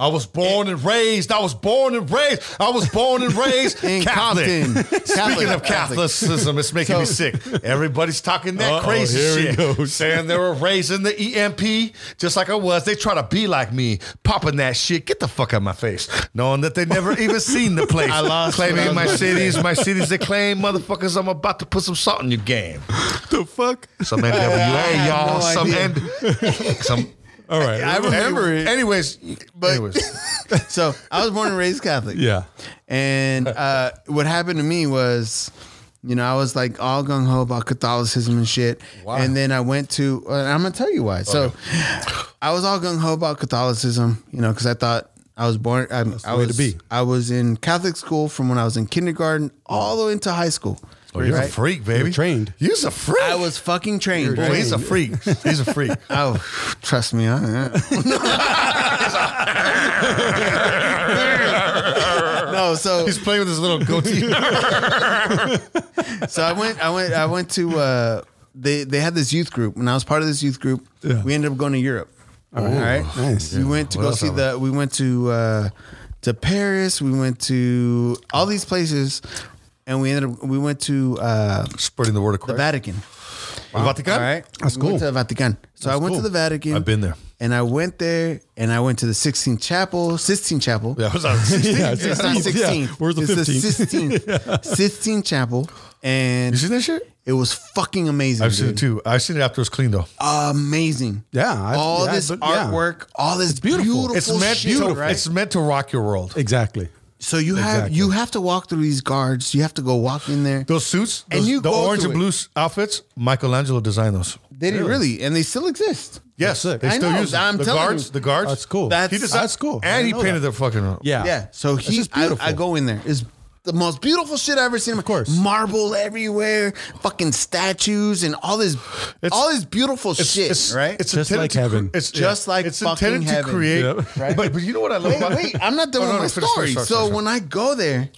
I was born and raised. I was born and raised. I was born and raised In Catholic. Compton. Speaking Catholic, of Catholic. Catholicism, it's making me sick. Everybody's talking that Uh-oh, crazy here he shit, goes. saying they were raising the EMP just like I was. They try to be like me, popping that shit. Get the fuck out of my face, knowing that they never even seen the place. I lost what I claiming was my gonna cities, my cities. They claim, motherfuckers, I'm about to put some salt in your game. the fuck? Some NWA, had y'all. no some idea. N- some. All right. I remember it. Anyways, but So I was born and raised Catholic. yeah. And uh, what happened to me was, you know, I was like all gung ho about Catholicism and shit. Why? And then I went to, uh, I'm gonna tell you why. So I was all gung ho about Catholicism, you know, because I thought I was born. I, I way was to be. I was in Catholic school from when I was in kindergarten all the way into high school. Oh, you're a Right. freak, baby. You're trained. He's a freak. I was fucking trained. Boy, he's a trained. freak. He's a freak. Oh, trust me. I, no, so He's playing with his little goatee. so I went, I went, I went to. Uh, they they had this youth group, and I was part of this youth group. Yeah. We ended up going to Europe. All right, right. Nice. We went to What go else see the. We went to uh, to Paris. We went to all these places, and we ended up. We went to uh, Spreading the word of the Christ. Vatican. Vatican? All right, That's We went cool. to the Vatican. So I went cool. to the Vatican. I've been there. and I went there, and I went to the 16th Chapel, Sistine Chapel. Yeah, I was on 16. Yeah, It's not 16th, yeah. 16. Where's the it's 15th? the 16th, 16th Chapel, and You seen that shit? it was fucking amazing. I've seen it dude. too. I've seen it after it's clean though. Amazing. Yeah, I've- all yeah, this but- yeah. artwork, all this beautiful. beautiful. It's meant shit, to. right? It's meant to rock your world. Exactly. so you have Exactly. you have to walk through these guards. You have to go walk in there. Those suits, And those- you the go orange through and it. blue s- outfits, Michelangelo designed those. They didn't really, and they still exist. Yes, sick. they I still know, use them. I'm the telling guards. you. The guards. That's cool. That's- He designed, that's cool. I And didn't he know painted the fucking. Yeah. Yeah. So That's he, just I, beautiful. I go in there. It's the most beautiful shit I've ever seen. Of course. marble everywhere, fucking statues, and all this, It's- all this beautiful It's, shit. it's, right? It's Just intended like to cre- heaven. It's Just like it's fucking intended to heaven. create. Yep. Right. But, but you know what I love? Wait, about wait, I'm not done with Oh, no, my no, finish, story. finish, sorry, so sorry, sorry. when I go there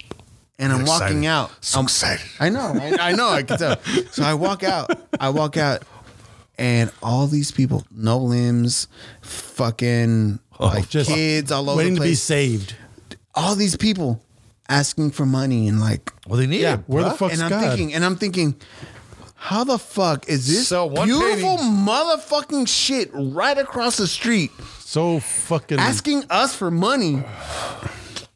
and I'm walking excited. out, So I'm- excited. I know, I, I know, I can tell. So I walk out, I walk out, and all these people, no limbs, fucking like Oh, Just kids all over Waiting the to be place. saved. all these people asking for money and like, Well, they need it. Where the bruh. fuck- Fuck's and I'm God. thinking, and I'm thinking. How the fuck is this Sell one beautiful painting. motherfucking shit right across the street So Mm. fucking. asking us for money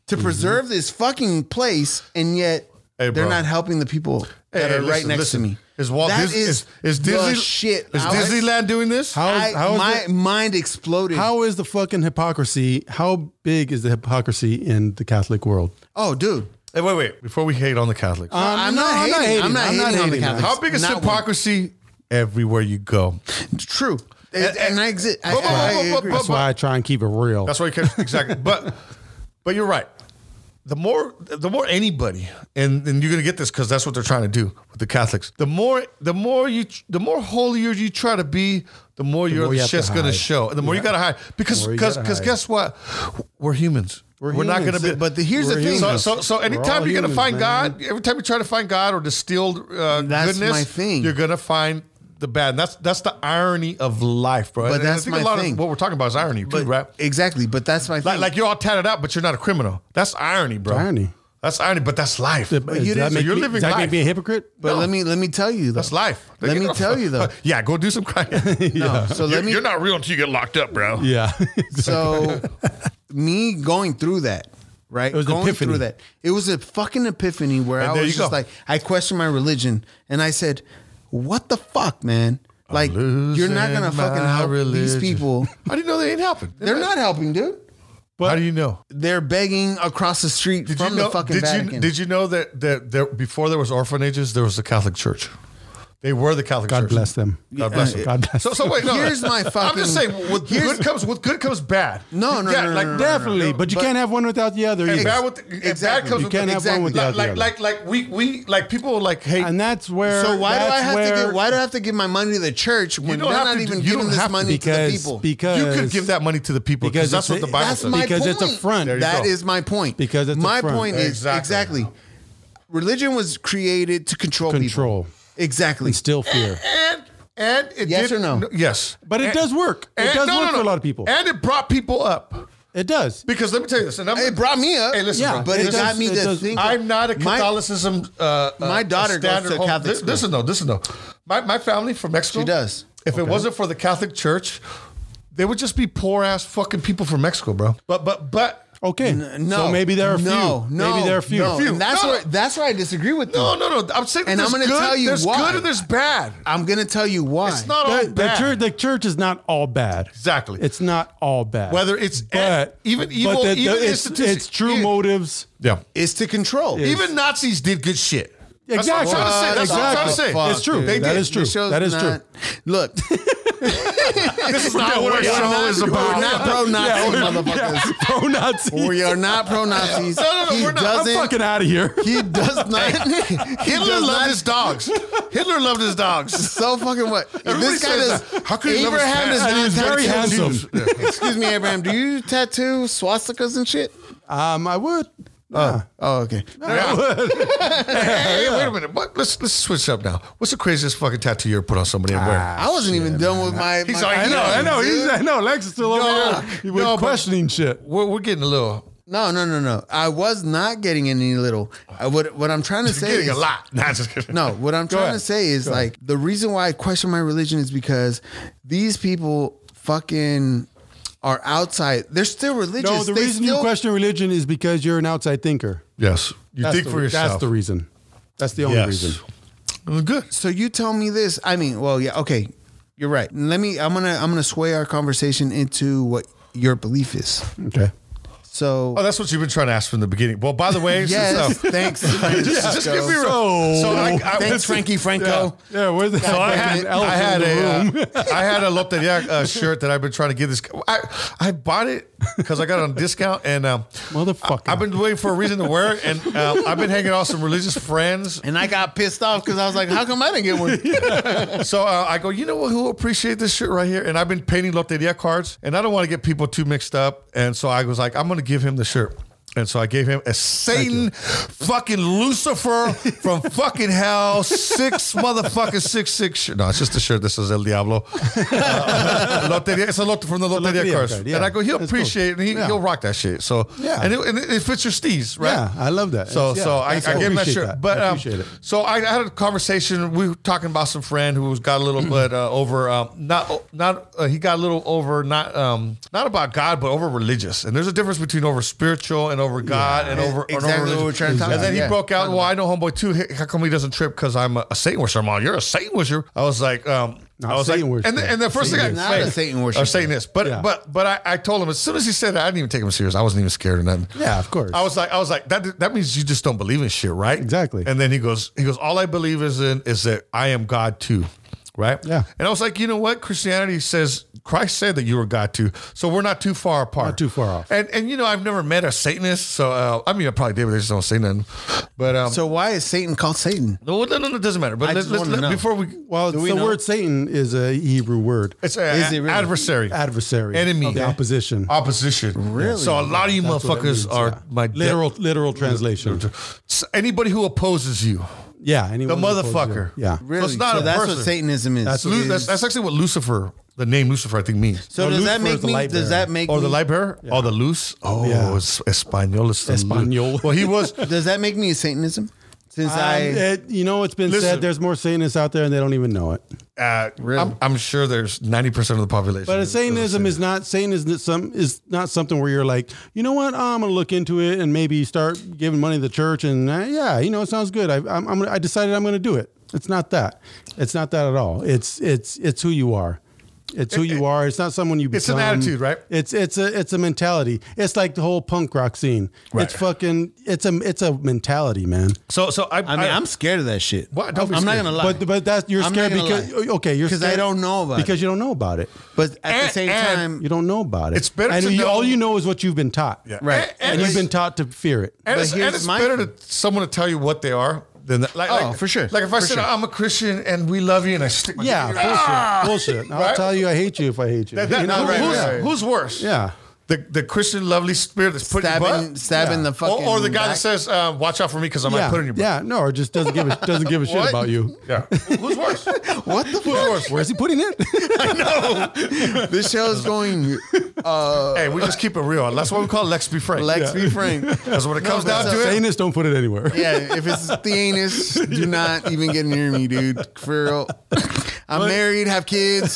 to preserve this fucking place, and yet Mm-hmm. Hey, they're bro. not helping the people that Hey, are right listen, next listen. to me. Is Walt That Disney? Is, is the Disney shit? Is Alex. Disneyland doing this? How I, is- how is my it- mind exploded. how is the fucking hypocrisy? How big is the hypocrisy in the Catholic world? oh, dude, Hey, wait, wait. Before we hate on the Catholics, I'm not hating. I'm not hating on the Catholics. how big is Uh, not one. hypocrisy? Everywhere you go, true. And, And- and I exist. I, But- but- I but- but- agree. but- That's why I try and keep it real. That's why you can exactly. But but you're right. The more the more anybody, and, and you're gonna get this because that's what they're trying to do with the Catholics. The more the more you the more holier you try to be, the more your more you have to shit's gonna hide. show, and the more you gotta hide because The more you because gotta because hide. guess what, we're humans. We're, We're not gonna be. humans. But the- here's the We're thing, So, though. so, so anytime all you're gonna humans, find man. God, every time you try to find God or distilled uh, That's goodness, my thing. you're gonna find the bad. And that's that's the irony of life, bro. But And I that's think my a lot thing. Of what we're talking about is irony, too, But- right? exactly, but that's my Like, thing. like you're all tatted up, but you're not a criminal. That's irony, bro. Irony. That's irony, but that's life. Does you that make are me- living does that life. make me a hypocrite? but let me let me tell you though. that's life. Let me tell you, though. yeah, go do some crime. No, so you're, let me you're not real until you get locked up, bro. Yeah. So me going through that, right? was an going epiphany. through that. It was a fucking epiphany where And I there was you just go. like I questioned my religion and I said, What the fuck, man? Like you're not gonna losing fucking my help these religion. people. How do you know they ain't helping? They're not helping, dude. How do you know? They're begging across the street Did from you know? the fucking did Vatican. you did you know that that there, before there was orphanages, there was the Catholic Church. They were the Catholic God Church. bless them. God bless uh, them. God bless uh, So, so wait, no. Here's my I'm fucking- just saying, with good comes with good comes bad. No, no, yeah, no, no, like no, no, no, no. Definitely, but you But- can't have one without the other. And either. bad with the, and bad Exactly. comes You with can't have exactly. one without the like, other. like like like we we like people like hate and that's where. so why do I that's have to where- give why do I have to give my money to the church when don't they're have not to do- even you giving don't this have to money to the because people? because you could give that money to the people because because that's what it's- the Bible That's says. my Because point. it's a front. There you That go. is my point. Because it's a my front. point is Exactly. exactly. Religion was created to control Control. people. Exactly. and still fear, and and it Yes did- or no? Yes, but it And- does work. It and- does Eh, no, no, work for no. Eh, a lot of people. and it brought people up. It does. Because let me tell you this, and I'm, It brought me up. Hey, listen, Yeah, bro, but it, listen. got me it to does- think. I'm not a My- Catholicism. uh, uh, My daughter a goes standard to a home- Catholic This, this school. is no. This is no. My my family from Mexico. She does. If it wasn't for the Catholic Church, they would just be poor ass fucking people from Mexico, bro. But but but Okay. N- So maybe there are no, few. No, maybe there are few. No. Few. And that's No. where that's where I disagree with you. no no no. I'm saying Mm. And there's I'm gonna good, tell you there's why. good and there's bad. I'm gonna tell you why. It's not all The, the bad. church, the church is not all bad. Exactly. It's not all bad. Whether it's- even evil- even it's, institution- it's true even- motives. yeah. It's to control. Even Nazis did good shit. That's what I'm Exactly. trying to say. That's what I'm trying to Exactly. say. It's true. They That did. is true. This show's That is true. Look, this is not what our We're show not- is about. We're not pro Nazis, motherfuckers. pro Nazi. We are not pro Nazis. No, no, no, he we're not. I'm I'm doesn't. fucking out of here. he does not. Hitler does loved not- his dogs. Hitler loved his dogs. so fucking what? If Everybody this guy says does. that. How could he love his Abraham pants? does And not he's very tattoo handsome. Jews. Excuse me, Abraham. Do you tattoo swastikas and shit? Um, I would. Oh, okay. Hey, wait a minute. What? Let's let's switch up now. What's the craziest fucking tattoo you ever put on somebody and where? I wasn't even done with my. He's my- like, I know, Oh, I know, dude. he's, I know. Lex is still No, over here with no, but- questioning shit. We're, we're getting a little No, no, no, no. I was not getting any little. I, what what I'm trying to say getting is a lot. Nah, just kidding. No, what I'm trying to ahead. say is like the reason why I question my religion is because these people fucking are outside. They're still religious. No, the They reason still- you question religion is because you're an outside thinker. Yes, you That's think the, for yourself. That's the reason. That's the only Yes. reason. Well, Good. So you tell me this. I mean, well, yeah, okay, you're right. Let me. I'm gonna. I'm gonna sway our conversation into what your belief is. Okay. So Oh, that's what you've been trying to ask from the beginning. Well, by the way, yes, since, uh, thanks. just, just give me real. So, I, I, thanks, Frankie Yeah. Franco. Yeah. Where's the So I fucking had, elephant I had in the room? a, uh, I had a Loteria uh, shirt that I've been trying to get this. I, I bought it because I got it on discount and um, Motherfucker. I, have been waiting for a reason to wear it, and uh, I've been hanging out with some religious friends. And I got pissed off because I was like, "How come I didn't get one?" So uh, I go, you know what? Who will appreciate this shit right here? And I've been painting Loteria cards, and I don't want to get people too mixed up. And so I was like, I'm going to give him the shirt. And so I gave him a Satan, fucking Lucifer from fucking hell, six motherfucking six six. Shirt. No, it's just a shirt. This is El Diablo. Uh, Loteria. It's a lot from the Loteria, Loteria cards. card, yeah. And I go, he'll That's cool. appreciate it. And he, Yeah. He'll rock that shit. So Yeah. and it, and it fits your steez, right? Yeah, I love that. So It's- yeah, so I, I that's- I gave him that appreciate shirt. that. But I um, appreciate it. so I, I had a conversation. We were talking about some friend who was got a little bit uh, over um, not not uh, he got a little over not um, not about God but over religious. And there's a difference between over spiritual and over God and over and Exactly over what religion. we're trying to talk And then about, he yeah. broke out. Well, I know homeboy too. Hey, How come he doesn't trip? Because I'm a, a Satan worshiper. I'm all, You're a Satan worshiper. I was like, um, Not I was Satan like, worshiper. and the, and the first Satan thing is I not a Satan worshiper. or Satanist. But Yeah. but but I, I told him as soon as he said that, I didn't even take him serious. I wasn't even scared or nothing. Yeah, of course. I was like, I was like, that that means you just don't believe in shit, right? Exactly. And then he goes, he goes, all I believe is in is that I am God too. Right? Yeah. And I was like, you know what? Christianity says Christ said that you were God too. So we're not too far apart. Not too far off. And and you know, I've never met a Satanist, so uh, I mean I probably did, but they just don't say nothing. But um So why is Satan called Satan? no, no, no, no, it doesn't matter. But I let's, just let's, wanna know. before we well, we the know? word Satan is a Hebrew word. it's a, Is it really? adversary. adversary, Enemy. of the Okay. opposition. opposition. Really? So a lot of you That's what that motherfuckers means, are yeah. my de- literal literal translation. So anybody who opposes you. Yeah, The anyone who opposes motherfucker. you. Yeah. Really? So it's not so a that's person. what Satanism is. That's Lu- that's, that's actually what Lucifer, the name Lucifer, I think means. so No, does Lucifer that is make the me? light Does bearer. that make Or the me- light bearer? Oh, the loose? Oh, Yeah. it's Espanol. It's the loose. Espanol. Well, he was. Does that make me a Satanism? Since I Um, it- you know, it's been Listen. said there's more Satanists out there, and they don't even know it. Uh, Really? I'm, I'm sure there's 90% of the population. But is- Satanism is not Satan is not some is not something where you're like, you know what, I'm gonna look into it and maybe start giving money to the church and uh, yeah, you know, it sounds good. I I'm, I'm gonna, I decided I'm gonna do it. It's not that. It's not that at all. It's it's it's who you are. It's who you are. It's not someone you become. It's an attitude, right? It's it's a it's a mentality. It's like the whole punk rock scene. It's fucking it's a it's a mentality, man. So, so I, I mean, I, am scared of that shit. What? Don't be I'm not scared. gonna lie. But but that's you're I'm not scared gonna because lie. okay, you're 'Cause I scared don't know about because you don't know about it. But at the And- same and- time, You don't know about it. It's better And to you, know- all you know is what you've been taught. Right. And, and and you've been taught to fear it. And But it's, and here's it's my better thing. to someone to tell you what they are than that. Like, Oh, like- for sure. Like if I For said sure. I'm a Christian and we love you, and I stick my Yeah, dick in bullshit, your- Ah! bullshit. I'll Right? tell you, I hate you if I hate you. That- that- You know, who- right, who's, right. who's worse? Yeah. The the Christian lovely spirit that's put in your stabbing, butt, stabbing Yeah. the or, fucking, or the guy back- that says, uh, "Watch out for me because I might yeah, put it in your butt." yeah, no, or just doesn't give a doesn't give a shit What? about you. Yeah. Who's worse? "What the Who's fuck? worse? Where's he putting it? This show is going." Uh, hey, we just keep it real. That's what we call Lex be frank. Lex, be frank. Because when it comes No, down that's to it, Satanists don't put it anywhere. Yeah, if it's the anus, do not even get near me, dude. For real. I'm married, have kids.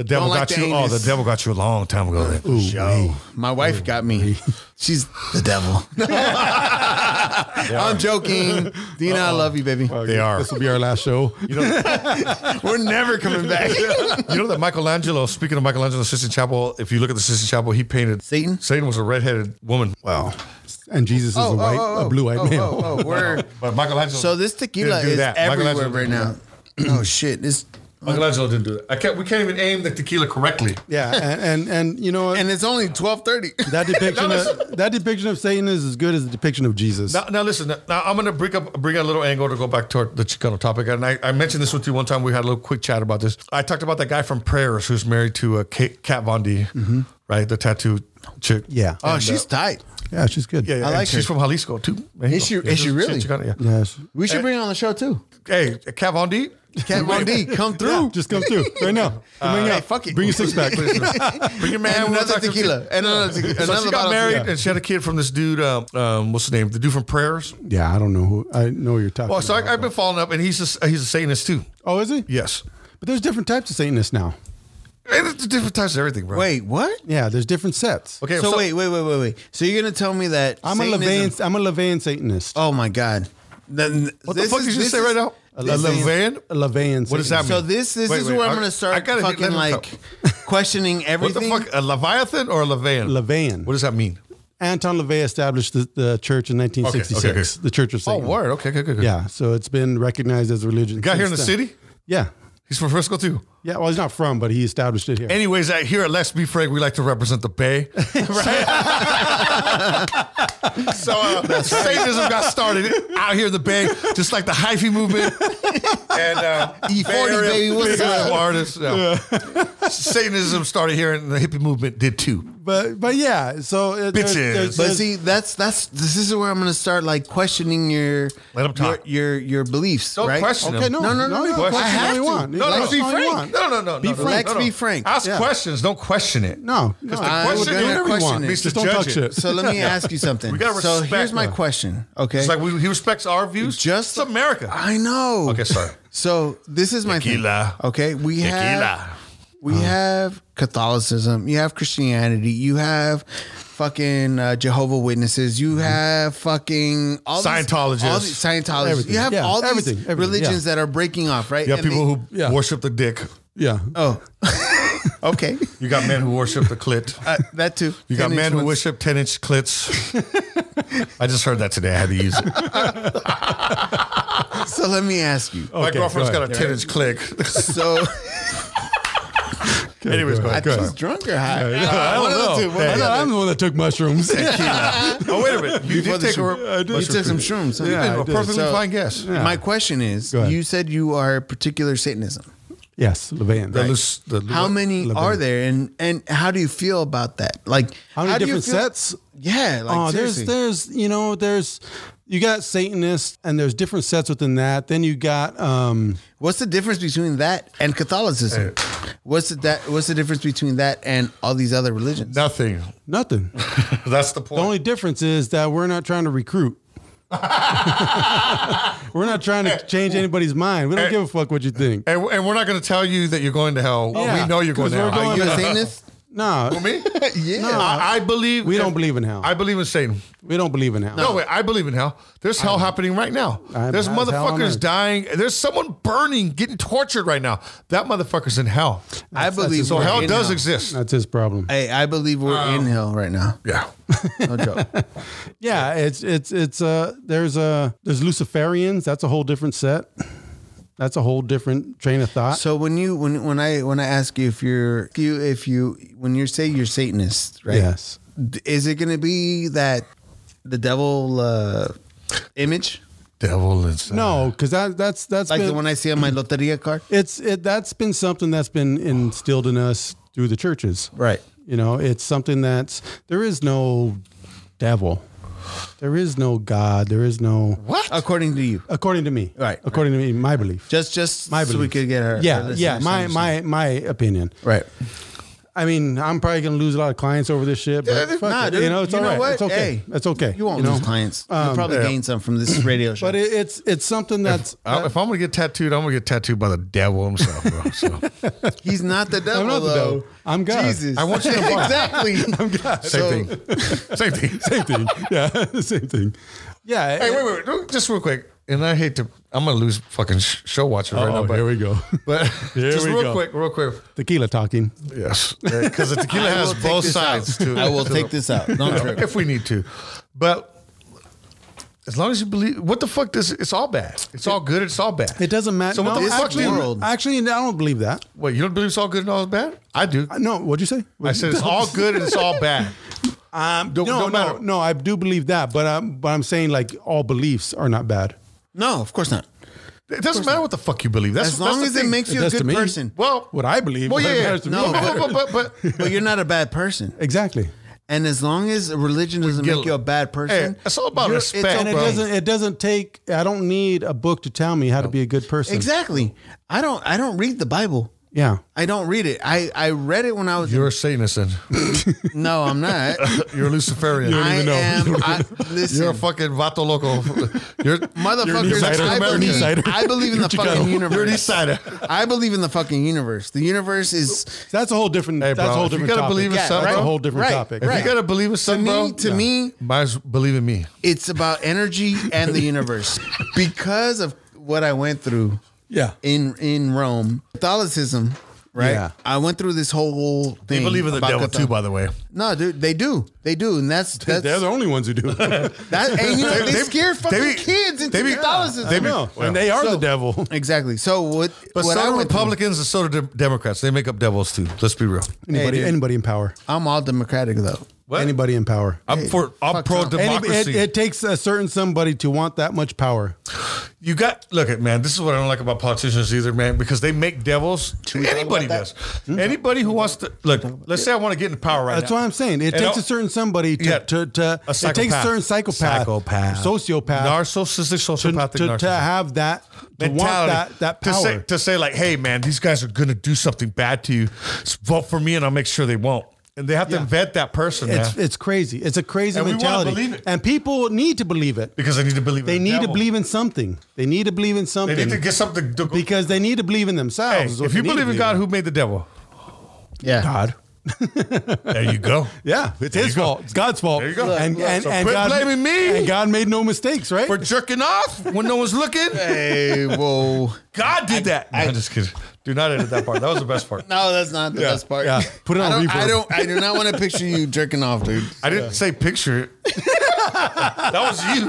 the devil Don't like got the you. Oh, anus. the devil got you a long time ago. Then. Ooh, Show. My wife got me. She's the devil. I'm joking. Dina, I love you, baby. They are. This will be our last show. You know, We're never coming back. you know that Michelangelo. Speaking of Michelangelo, Sistine Chapel. If you look at the Sistine Chapel, he painted Satan? Satan was a redheaded woman. Wow. And Jesus is a white, a blue-eyed oh, male. Oh, oh, we're- But Michelangelo. so this tequila didn't do is that. everywhere Michelangelo right now. Oh shit! This Michelangelo didn't do that. I can't. We can't even aim the tequila correctly. Yeah, and and, and you know what? And it's only twelve thirty. that depiction No, of, that depiction of Satan is as good as the depiction of Jesus. Now, now listen. Now I'm going to bring up bring a little angle to go back to our, the Chicano topic, and I, I mentioned this with you one time. We had a little quick chat about this. I talked about that guy from Prayers who's married to a Kate, Kat Von D, Mm-hmm. right? The tattoo chick. Yeah. Oh, she's tight. yeah, she's good. yeah, yeah. I and like She's her. from Jalisco too. Is she- is she she's really? Chicana, yeah. Yes. We should bring her on the show too. Hey, Kat Von D. Cat Von D, come through. Just come through right now. Uh, Bring hey, out- fuck it. Bring a six pack. Bring your man. And we'll another talk to- tequila. And another tequila. So another bottle she got of married tequila. and she had a kid from this dude. Um, um, what's the name? The dude from Prayers. yeah, I don't know who. I know you're talking. Well, so about. I, I've been following up, and he's a, he's a Satanist too. oh, is he? Yes, But there's different types of Satanists now. and it's different types of everything, bro. Wait, what? Yeah, there's different sets. okay. so, wait, wait, wait, wait, wait. So you're gonna tell me that I'm Satanism- a Levain. I'm a Levain Satanist. Oh my god. Then What the fuck did you say right now? A this is- Levain? A Levain. What does that So mean? this this Wait, is wait, where I- I'm gonna I start gotta let fucking him like questioning What the everything. fuck? A Leviathan or a Levain? Levain. What does that mean? Anton LaVey established the, the church in 1966, Okay, okay, okay. the Church of Oh, Satan. word. Okay, okay, okay. Yeah, so it's been recognized as a religion. Got here in the since then. city. Yeah. He's from Frisco too. Yeah, well, he's not from, but he established it here. Anyways, I, here at Let's Be Frank, we like to represent the Bay, right? so uh, Satanism got started out here in the Bay, just like the hyphy movement and uh, E40, Bay Area E baby, what's big up? Artists, yeah. Satanism started here, and the hippie movement did too. but but yeah, so it, there's- Bitches. there's- But there's- see, that's that's this is where I'm gonna start like questioning your Let 'em talk. your your, your beliefs. Don't right? question okay, him. no, No, no, no, no. you I question have all you to. want. No, You let's question be all you frank. want. No, no, no, Be no, no, frank. no, no. Be frank. Ask Yeah. questions. Don't question it. No, no, the I- I'm question gonna is whatever you question want. it. Means to Just don't judge talk it. shit. So let me ask you something. We gotta so respect here's my them. question. Okay. It's like we, he respects our views. Just- it's America. I know. okay, sorry. So this is my Tequila. thing. Okay, we have Tequila. we Uh-huh. have Catholicism. You have Christianity. You have fucking uh, Jehovah Witnesses. You have fucking all Mm-hmm. Scientologists. These, all these, Scientologists. Everything. You have Yeah, all these everything, everything, religions that are breaking off, right? You have And people they- who Yeah. worship the dick. yeah. Oh, okay, You got men who worship the clit. uh, that too. You got 10 -inch men who ones. worship 10 inch clits. I just heard that today. I had to use it. So let me ask you. My Okay, girlfriend's go got a 10 inch click. So Anyways, go I ahead. Go think ahead. he's drunk or high. Uh, I don't One of the know. two, one of I the thought I'm the one that took mushrooms. Oh, wait a minute. You Before did the take a. shroom- re- You took some shrooms. huh? Yeah, I a did. perfectly So- fine guess. My question is, ahead. you said you are particular Satanism. yes, Levain. The loose- the loose- How many Lebanon. are there, and and how do you feel about that? Like How many do you different feel- sets? Yeah, like oh, seriously. there's there's you know there's you got Satanists and there's different sets within that. Then you got um what's the difference between that and Catholicism? What's the that What's the difference between that and all these other religions? Nothing. nothing. the That's the point. only difference is that we're not trying to recruit. we're not trying to change anybody's mind. We don't give a fuck what you think. and, and we're not going to tell you that you're going to hell. Yeah. we know you're going 'Cause to hell. we're Are going- you a Satanist? No, me? yeah. I, I believe. We don't believe in hell. I believe in Satan. we don't believe in hell. No, wait, I believe in hell. There's hell happening right now. I- There's hell's hell on motherfuckers earth. dying. There's someone burning, getting tortured right now. That motherfucker's in hell. I believe So we're hell in does hell. exist. That's his problem. Hey, I believe we're in hell right now. Yeah. No joke. Yeah, it's it's it's uh there's a there's Luciferians. That's a whole different set. That's a whole different train of thought. So when you when when I when I ask you if you're if you if you when you say you're Satanist, right? Yes. D- Is it going to be that the devil uh, image, Devil inside. No, because that that's that's Uh, like been, the one I see on my loteria card? it's it that's been something that's been instilled in us through the churches. Right. You know, it's something that's there is no devil. There is no God. There is no What? According to you, according to me. Right, According to me, my belief. just just my so belief. we could get her. her Yeah, listeners yeah. to My understand. my my opinion. right. I mean, I'm probably gonna lose a lot of clients over this shit, but Nah, fuck it. dude, you know, it's all right. It's Hey, okay. it's okay. You won't know? um, lose clients. You'll probably gain some from this radio show. But it, it's it's something that's I- Uh, if I'm gonna get tattooed, I'm gonna get tattooed by the devil himself. Bro. So, He's not the devil. not the though. devil. I'm God. Jesus. I want you to buy. exactly. I'm God. same thing. Same thing. same thing. Yeah, same thing. Yeah. Hey, wait, wait, wait, just real quick. And I hate to, I'm gonna lose fucking sh- show watchers right now. oh, But, here we go. but Here just we real go. quick, real quick. Tequila talking. Yes, because the tequila I has will take both this out. sides. To, I will to take the- this out. Don't trip. if we need to. But As long as you believe, what the fuck does it's all bad? It's all good. It's all bad. It doesn't matter. So what No, the fuck, actually, dude? world? Actually, I don't believe that. Wait, you don't believe it's all good and all bad? I do. Uh, No, what'd you say? I said it's all good and it's all bad. Um, Don't- no, don't no, matter. no, I do believe that, but I'm, but I'm saying like all beliefs are not bad. No, of course not. It doesn't matter what the fuck you believe. That's As long that's as the it thing. makes you a It does to good me. person. well What I believe, Oh. Well, what yeah, yeah. matters to me. No, but, but, but, but But you're not a bad person. Exactly. And as long as religion doesn't get make it. you a bad person, Hey, it's all about you're- respect, it's And it Bro. doesn't it doesn't take I don't need a book to tell me how to be a good person. Exactly. I don't I don't read the Bible. Yeah. I don't read it. I, I read it when I was you're a Satanist. And no, I'm not. you're a Luciferian. I even know. You am. I, listen, You're a fucking vato loco. You're motherfuckers. You're I American. believe, insider. I believe in the fucking universe. You're an insider. I believe in the fucking universe. The universe is That's a whole different Hey, that's a bro, whole if you different gotta topic. believe in Yeah, something, that's a bro. whole different Right, topic. If right. you gotta believe in to something, bro, me. To me, might as well believe in me. it's about energy and the universe because of what I went through Yeah. in in Rome. Catholicism, right? Yeah. I went through this whole thing. They believe in the about devil too, Catholic- by the way. No, dude, they do. They do, and that's that's They're the only ones who do. I That and you know they, They- scare fucking they be- kids into they be- Catholicism. they be- know. Yeah. And they are So- the devil. exactly. So what? But what I so do went through- Republicans and so do Dem- Democrats. They make up devils too. Let's be real. Anybody dude. anybody in power. I'm all Democratic though. Anybody in power. I'm for I'm fuck pro Trump. Any- it, democracy. it takes a certain somebody to want that much power. you got look at man. This is what I don't like about politicians either, man, because they make devils. Anybody about does. Anybody who wants to look. Let's say I want to get into power right That's now. what I'm saying. It And takes I'll- a certain somebody to Yeah. to, to A it takes a psychopath. certain psychopath, Psychopath. sociopath, narcissistic, to, sociopathic, to, to narcissistic. have that to want mentality that that power. to say to say like, hey man, these guys are gonna do something bad to you. S- Vote for me, and I'll make sure they won't. And they have to Yeah. vet that person, it's man, it's crazy. It's a crazy And we wanna mentality, believe it. and people need to believe it. because they need to believe. They in the need to devil. believe in something. They need to believe in They something need to get something. To, hey, because they need to believe in themselves. is what if they you need to believe in God, who made the devil? Yeah. God. There you go. Yeah, it's There his you go. fault. It's God's fault. There you go. And Look, and, so and quit God, blaming me. And God made no mistakes, right? For jerking off when no one's looking. Hey, whoa. God did that. No, I'm just kidding. Do not edit that part. That was the best part. No, that's not the Yeah, best part. yeah. Put it on I don't, reverb. I don't. I do not want to picture you jerking off, dude. I didn't say picture it. that was you.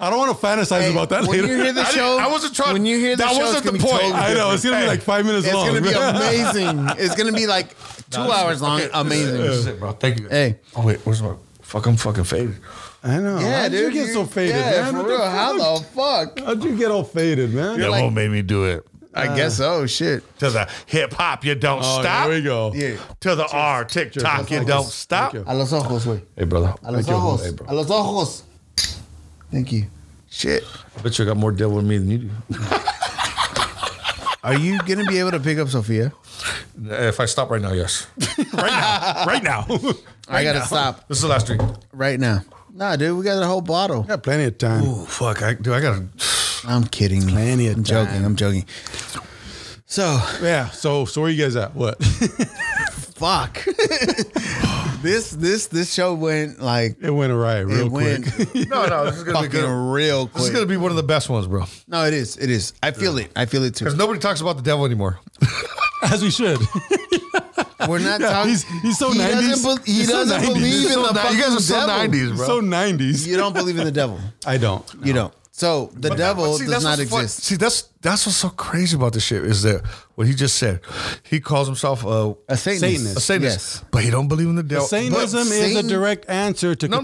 I don't want to fantasize Hey, about that when later. you hear the I didn't- show, I wasn't trying- When you hear the that show, it's wasn't gonna the be point. totally I know different. it's gonna be Hey, like five minutes It's long. gonna be amazing. It's gonna be like two Nah, this hours is- long. okay, Amazing. This is it, bro. Thank you. Hey. Oh wait, where's my fuck? I'm fucking faded. I know. yeah, How did dude. you get so faded, yeah, man? for What the real. How fuck? the fuck? How'd you get all faded, man? Devil like- made me do it. I guess so. Shit. To the hip hop, you don't Oh, stop. Here we go. Yeah. To the R, TikTok, you Thank don't you. stop. Thank A los ojos, way. Hey, brother. A los Thank you. ojos. Hey, bro. A los ojos. Thank you. Shit. I bet you got more devil in me than you do. Are you gonna be able to pick up Sophia? If I stop right now, yes. right now. I gotta stop This is the last drink. right now. Nah, dude, we got a whole bottle. Got plenty of time. Oh fuck! I do. I gotta. I'm kidding. Plenty of I'm joking. time. I'm joking. So Yeah. So, so where you guys at? What? fuck. this this this show went like it went awry real it went quick. No, no. This is gonna be fucking good. real This is quick. gonna be one of the best ones, bro. no, it is. It is. I feel it. I feel it too. Because nobody talks about the devil anymore. As we should. We're not talking. he's- he's so he 90s. Doesn't be, he He's so doesn't 90s. believe He's in so the ni- fucking you guys are so devil. 90s. Bro. so 90s. You don't believe in the devil. I don't. You don't. So the devil But see, does that's not what's fun- exist. See, that's that's what's so crazy about this shit is that what he just said. He calls himself a A Satanist. a Satanist, Yes. but he don't believe in the devil. Satanism is a Satan- direct answer to Oh, No, no. I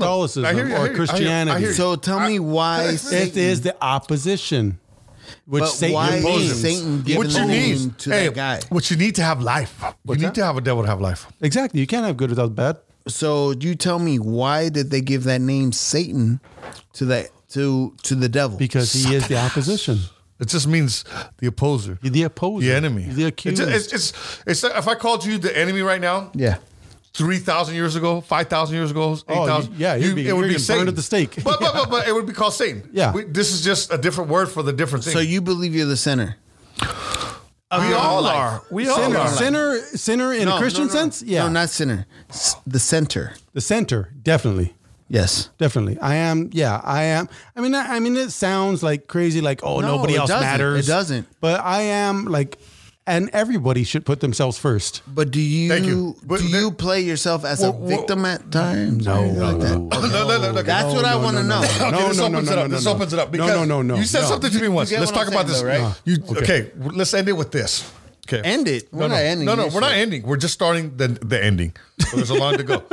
hear Catholicism you, I hear you, I or hear you, I Christianity. hear you. So tell me why it Satan, is the opposition, which But Satan why is means. Satan giving what Given you the need name to hey, that guy. What you need to have life. you need that? to have a devil to have life. Exactly. You can't have good without bad. So you tell me why did they give that name Satan to that to to the devil? Because he is the opposition. It just means the opposer, He's the opposer. the enemy, He's the It's- accuser. It's, it's, it's like if I called you the enemy right now, yeah. three thousand years ago, five thousand years ago, eight Oh, thousand. yeah, you'd be- it would you're be getting Satan burned at the stake. But, but, but, but it would be called Satan. Yeah. we, this is just a different word for the different thing. So you believe you're the sinner? we all are. We all sinner, are. sinner, sinner in a Christian no, no. sense? Yeah. No, not sinner. S- the center. the center, definitely. Yes. Definitely. I am, yeah, I am. I mean, I, I mean, it sounds like crazy, like, oh, No, nobody it else doesn't. matters. It doesn't. But I am like and everybody should put themselves first. But do you, Thank you. do But there- you play yourself as a Well, well- victim at times? or anything like that? No, no, no, no. Oh, That's what I want to know. Okay, No, this no, no, opens no, it up. no, this no. opens it up. No, Because no, no, no, You said no. something to me once. get Let's what talk I'm about this. saying, though, right? You, okay. w- let's end it with this. Okay. End it. We're no, not no. ending No, no, this we're not shit. ending. We're just starting the the ending. So there's a long to go.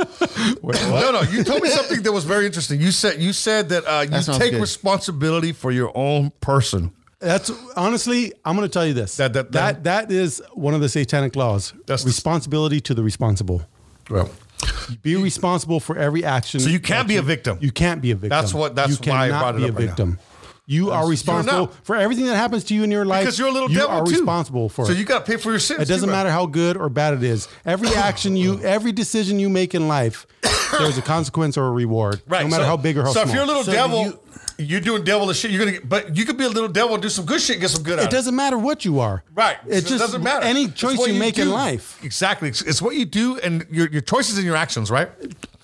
no, no, you told me something that was very interesting. You said you said that uh, you sounds take good. responsibility for your own person. That's honestly, I'm going to tell you this. That- that- that- that is one of the satanic laws. That's the- responsibility to the responsible. Well, Be responsible for every action. so you can't be a victim. You can't be a victim. That's what- that's you why I cannot brought it be up a right now. victim. you are responsible not. for everything that happens to you in your life. because you're a little you devil are too. responsible for So it. you got to pay for your sins. It doesn't too, man. matter how good or bad it is. Every action you, every decision you make in life, there's a consequence or a reward. Right. No matter so- how big or how so small. if you're a little So do devil, you- you, are doing devilish shit. You're gonna get, but you could be a little devil and do some good shit, and get some good. out it of it. doesn't matter what you are. Right. It So just doesn't matter. Any It's choice what you, make in do. life, Exactly. It's, it's what you do and your, your choices and your actions, right?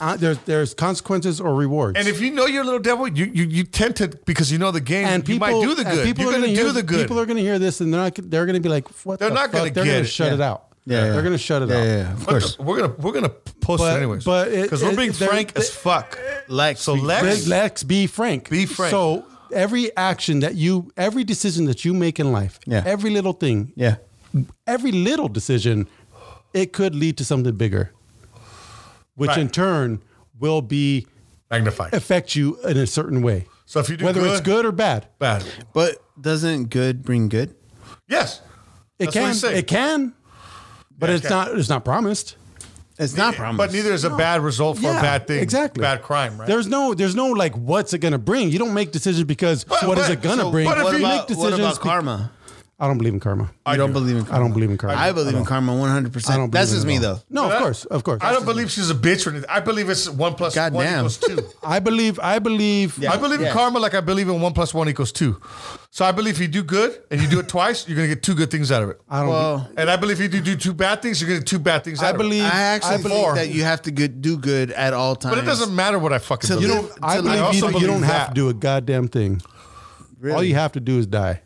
uh, there's there's consequences or rewards. And if you know you're a little devil, you, you, you tend to, because you know the game, and people you might do the and good. people You're are going to do hear, the good. People are going to hear this and they're not. They're going to be like, what? They're the not gonna fuck? They're get gonna it. shut it Yeah. out. Yeah, yeah. They're going to shut it Yeah, out. yeah, of But course. We're going to we're gonna post But- it anyways. but it- Because we're it- being there- frank there- as fuck. Lex, So be Lex, Let- Let's be frank. Be frank. So every action that you, every decision that you make in life, Yeah. every little thing, Yeah. every little decision, it could lead to something bigger, which Right. in turn will be magnified. affect you in a certain way. So if you do whether good- it's good or bad, Bad. But doesn't good bring good? Yes. it That's what we can. say. It can, but Yeah, it it's can. not. It's not promised. It's not promised. But neither is a bad result for a bad thing. Exactly. Bad crime, right? There's no. There's no like. What's it gonna bring? You don't make decisions because what But- is but- it gonna so- bring? but if What you about, make what decisions about be- karma? I don't believe in karma. I don't believe in I don't believe in karma. I believe in karma 100%. I don't believe That's in just it me, at though. all. No, of course, of course. I don't believe she's a bitch or anything. I believe it's one plus God one damn. equals two. I believe. I believe. Yeah. I believe in Yeah. karma like I believe in one plus one equals two. So I believe if you do good and you do it twice, you're gonna get two good things out of it. I don't. Well, And I believe if you do two bad things, you're gonna get two bad things I out believe. of it. I actually I believe Four. that you have to good, do good at all times. But it doesn't matter what I fucking To believe. live- I to believe, live- also you, don't- you believe don't have that. to do a goddamn thing. Really. All you have to do is die.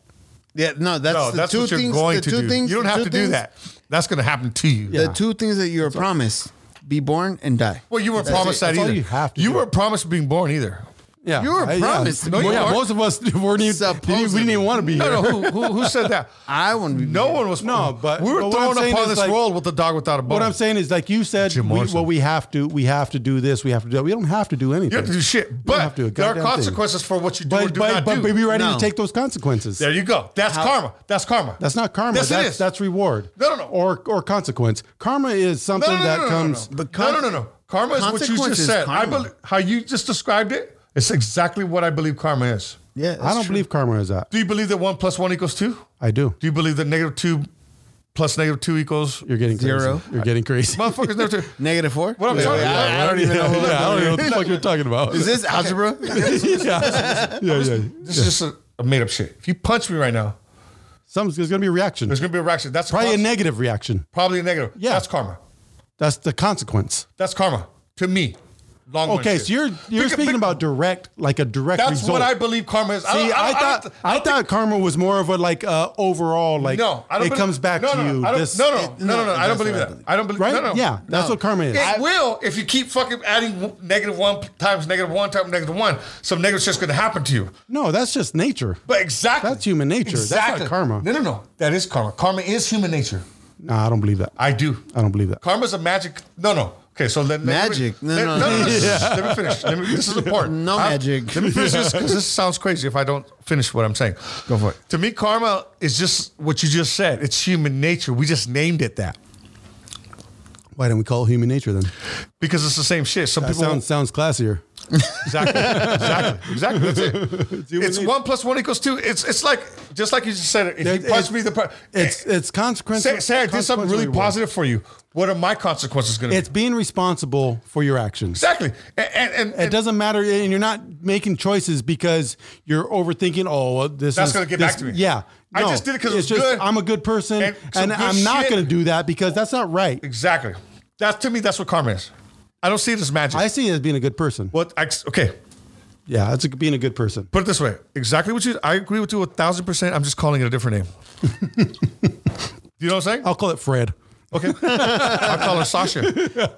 Yeah, no, that's no, the that's two what you're things. going the to two do. Things, you don't the have two to do things- that. That's gonna happen to you. The two things that you are promised: be born and die. Well, you weren't That's promised it. that That's all either. you have to do. weren't promised being born either. Yeah, You were I- yeah. promised. No, you yeah, weren't. most of us weren't even. We didn't we didn't even want to be here. No, no. Who, who, who said that? I wouldn't be. No one was. No, but- we were but what I'm thrown saying upon is, this like- world with the dog without a bone. What I'm saying is, like you said, we, Jim Morrison. well, we have to, we have to do this, we have to do that. We don't have to do anything. you have to do shit, don't have but to do a there are goddamn thing. consequences for what you do or But do but, not but, do. but be ready No. to take those consequences. There you go. That's karma. That's karma. That's not karma. Yes, it that's, is. That's reward. No, no, no. Or or consequence. Karma is something that comes. No, no. no, no, no, no. Karma is what you consequence just is said. I karma. believe how you just described it. It's exactly what I believe karma is. Yeah, that's I don't true. believe karma is that. Do you believe that one plus one equals two? I do. Do you believe that negative two plus negative two equals? You're getting crazy. Zero. You're getting crazy. Motherfuckers never. Two. negative four. What I'm Yeah, talking yeah, about. I, I don't even know. What Yeah, I don't I'm even know what the fuck you're talking about. Is this algebra? yeah, yeah, yeah. This is just a, a made up shit. If you punch me right now, Some there's gonna be a reaction. there's gonna be a reaction. That's Probably a cons- negative reaction. Probably a negative. Yeah. That's karma. That's the consequence. That's karma to me. Long Okay, so you're you're speaking about direct, like a direct That's result. what I believe karma is. See, I, thought I, thought karma was more of a like uh, overall like no, I don't. it believe- comes back no, to no, no, you. I don't, this, no, no, no, no, no, I that's don't believe what I that. believe. I don't believe. right? No, no. Yeah, that's No. what karma is. It will if you keep fucking adding w- negative one times negative one times negative one. Some negative shit's gonna happen to you. no, that's just nature. But exactly, That's human nature. That's not karma. No, no, no. That is karma. Karma is human nature. No, I don't believe that. I, I do. don't believe that. Karma's a magic. No, no. Okay, so let, let Magic. Me, No, let, no, no, no. this- Let me finish. Let me, this is important. No magic. Let me finish this because this sounds crazy if I don't finish what I'm saying. Go for it. To me, karma is just what you just said. It's human nature. We just named it that Why don't we call it human nature then? because it's the same shit. Some That people sounds sounds classier. exactly, exactly, exactly. That's it. human It's nature. one plus one equals two. It's it's like just like you just said. If There- you punch it- me, the pro- It's it's consequence. say, say I did something consequence really reward. positive for you. What are my consequences going to It's be? being responsible for your actions. Exactly, and and, and, It doesn't matter, and you're not making choices because you're overthinking. Oh, well, this That's is- gonna get this- back to me. Yeah, I just did it 'cause it it's was good. I'm a good person, And and, some good I'm not shit. going to do that because that's not right. Exactly. That's to me. That's what karma is. I don't see it as magic. I see it as being a good person. what? I, okay. Yeah, that's a, being a good person. Put it this way. Exactly what you. I agree with you a thousand percent. I'm just calling it a different name. You know what I'm saying? Oh. I'll call it Fred. Okay. I call her Sasha.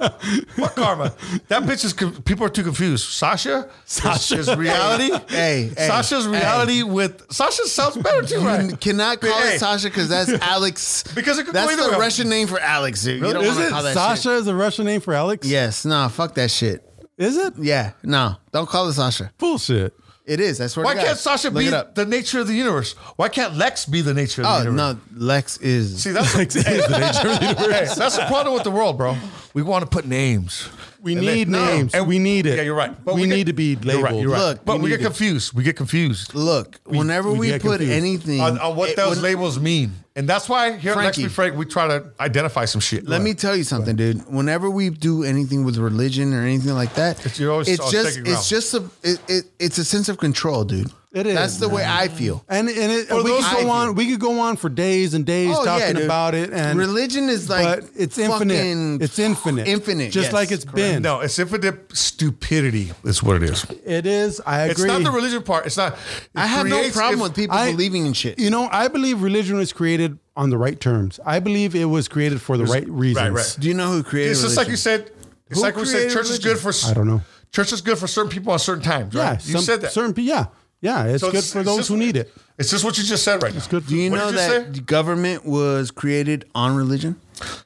Fuck karma. That bitch is, con- people are too confused. Sasha, Sasha. Is, reality. Hey, hey, Sasha's hey. reality with, Sasha sounds better too, You right? cannot call Hey. it Sasha because that's Alex. Because it could go that's either the way. Russian name for Alex. Dude. You don't Is want to it call that Sasha? Shit. Is the Russian name for Alex? Yes. Nah. Fuck that shit. Is it Yeah. No. Don't call it Sasha. bullshit? It is. I swear. Why to God. can't Sasha Look be it up. the nature of the universe? Why can't Lex be the nature of the Oh universe? no, Lex is. See, that's, Is the nature of the hey, universe. that's the problem with the world, bro. We want to put names. We And then- need No. names. we need it. Yeah, you're right. we, get- need to be You're labeled. right. You're right. Look, but we we need get to- confused. We get confused Look, whenever we we, get put confused. anything on, on what it- those when- labels mean, and that's why here at Lex Frankie. Be Frank we try to identify some shit. Let me tell you something, dude. Whenever we do anything with religion or anything like that, It's- you're always it's on just shaky ground. it's just a it, it it's a sense of control, dude. It is, That's the way man. I feel. And and it, For we those could who- go on. We could go on for days and days Oh, yeah, talking dude. about it. And Religion is like but it's infinite. fucking- It's infinite. Infinite, Just yes, like it's been. No, it's infinite stupidity. Is what it is. It is. I agree. It's not the religion part. It's not. I have no problem with people I- believing in shit. You know, I believe religion was created on the right terms. I believe it was created for the right reasons. right. Do you know who created It's just like religion? you said. It's Who like we said. created Church is religion? good for. s- I don't know. Church is good for certain people on certain times. Yeah, Right? you some- said that. Certain, pe- yeah, yeah. It's So good it's- for it's those just- who need it. It's just what you just said right now. good for- Do you What know did that say? government was created on religion?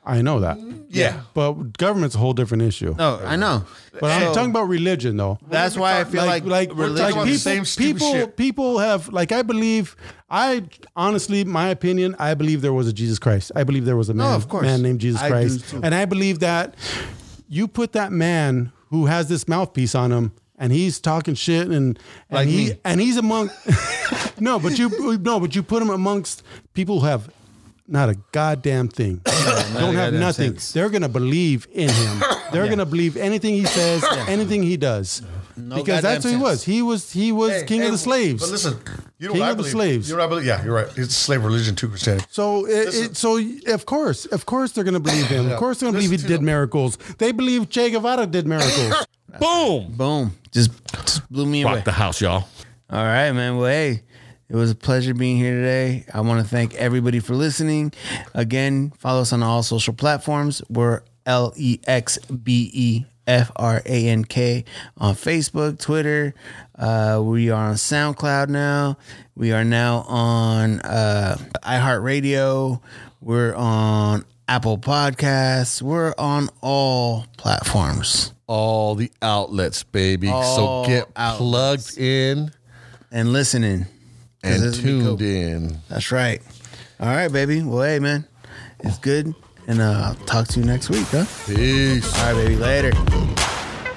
I know that. Yeah. But government's a whole different issue. No, I know. But I'm So, talking about religion, though. that's why I feel like like, we're religion- talking about the people, same stupid people, shit. people have like I believe. I honestly, my opinion, I believe there was a Jesus Christ. I believe there was a man, of course. man named Jesus I do Christ, too. and I believe that you put that man who has this mouthpiece on him. And he's talking shit, and, and Like he me. and he's among no, but you no, but you put him amongst people who have not a goddamn thing, don't a have goddamn nothing. sense. They're gonna believe in him. They're gonna believe anything he says, anything he does, because goddamn that's who he sense. was. He was he was Hey, king hey, of the slaves. But listen, you know King what I of the believe. slaves. You know what I believe. Yeah, you're right. It's slave religion too, Christianity. so it, Listen. it, so of course, of course they're gonna believe him. Of course they're gonna Listen believe to he did them. miracles. They believe Che Guevara did miracles. Boom. boom, just, just blew me away. Rock the house, y'all. All right, man. Well, hey, it was a pleasure being here today. I want to thank everybody for listening. Again, follow us on all social platforms. We're L E X B E F R A N K on Facebook, Twitter. Uh, we are on SoundCloud now. We are now on uh, iHeartRadio. We're on Apple Podcasts. We're on all platforms. All the outlets, baby. All so get outlets. plugged in And listening. 'Cause and this would be cool. tuned in. That's right. All right, baby. Well, hey, man, it's good. And uh, I'll talk to you next week, huh? Peace. All right, baby. Later.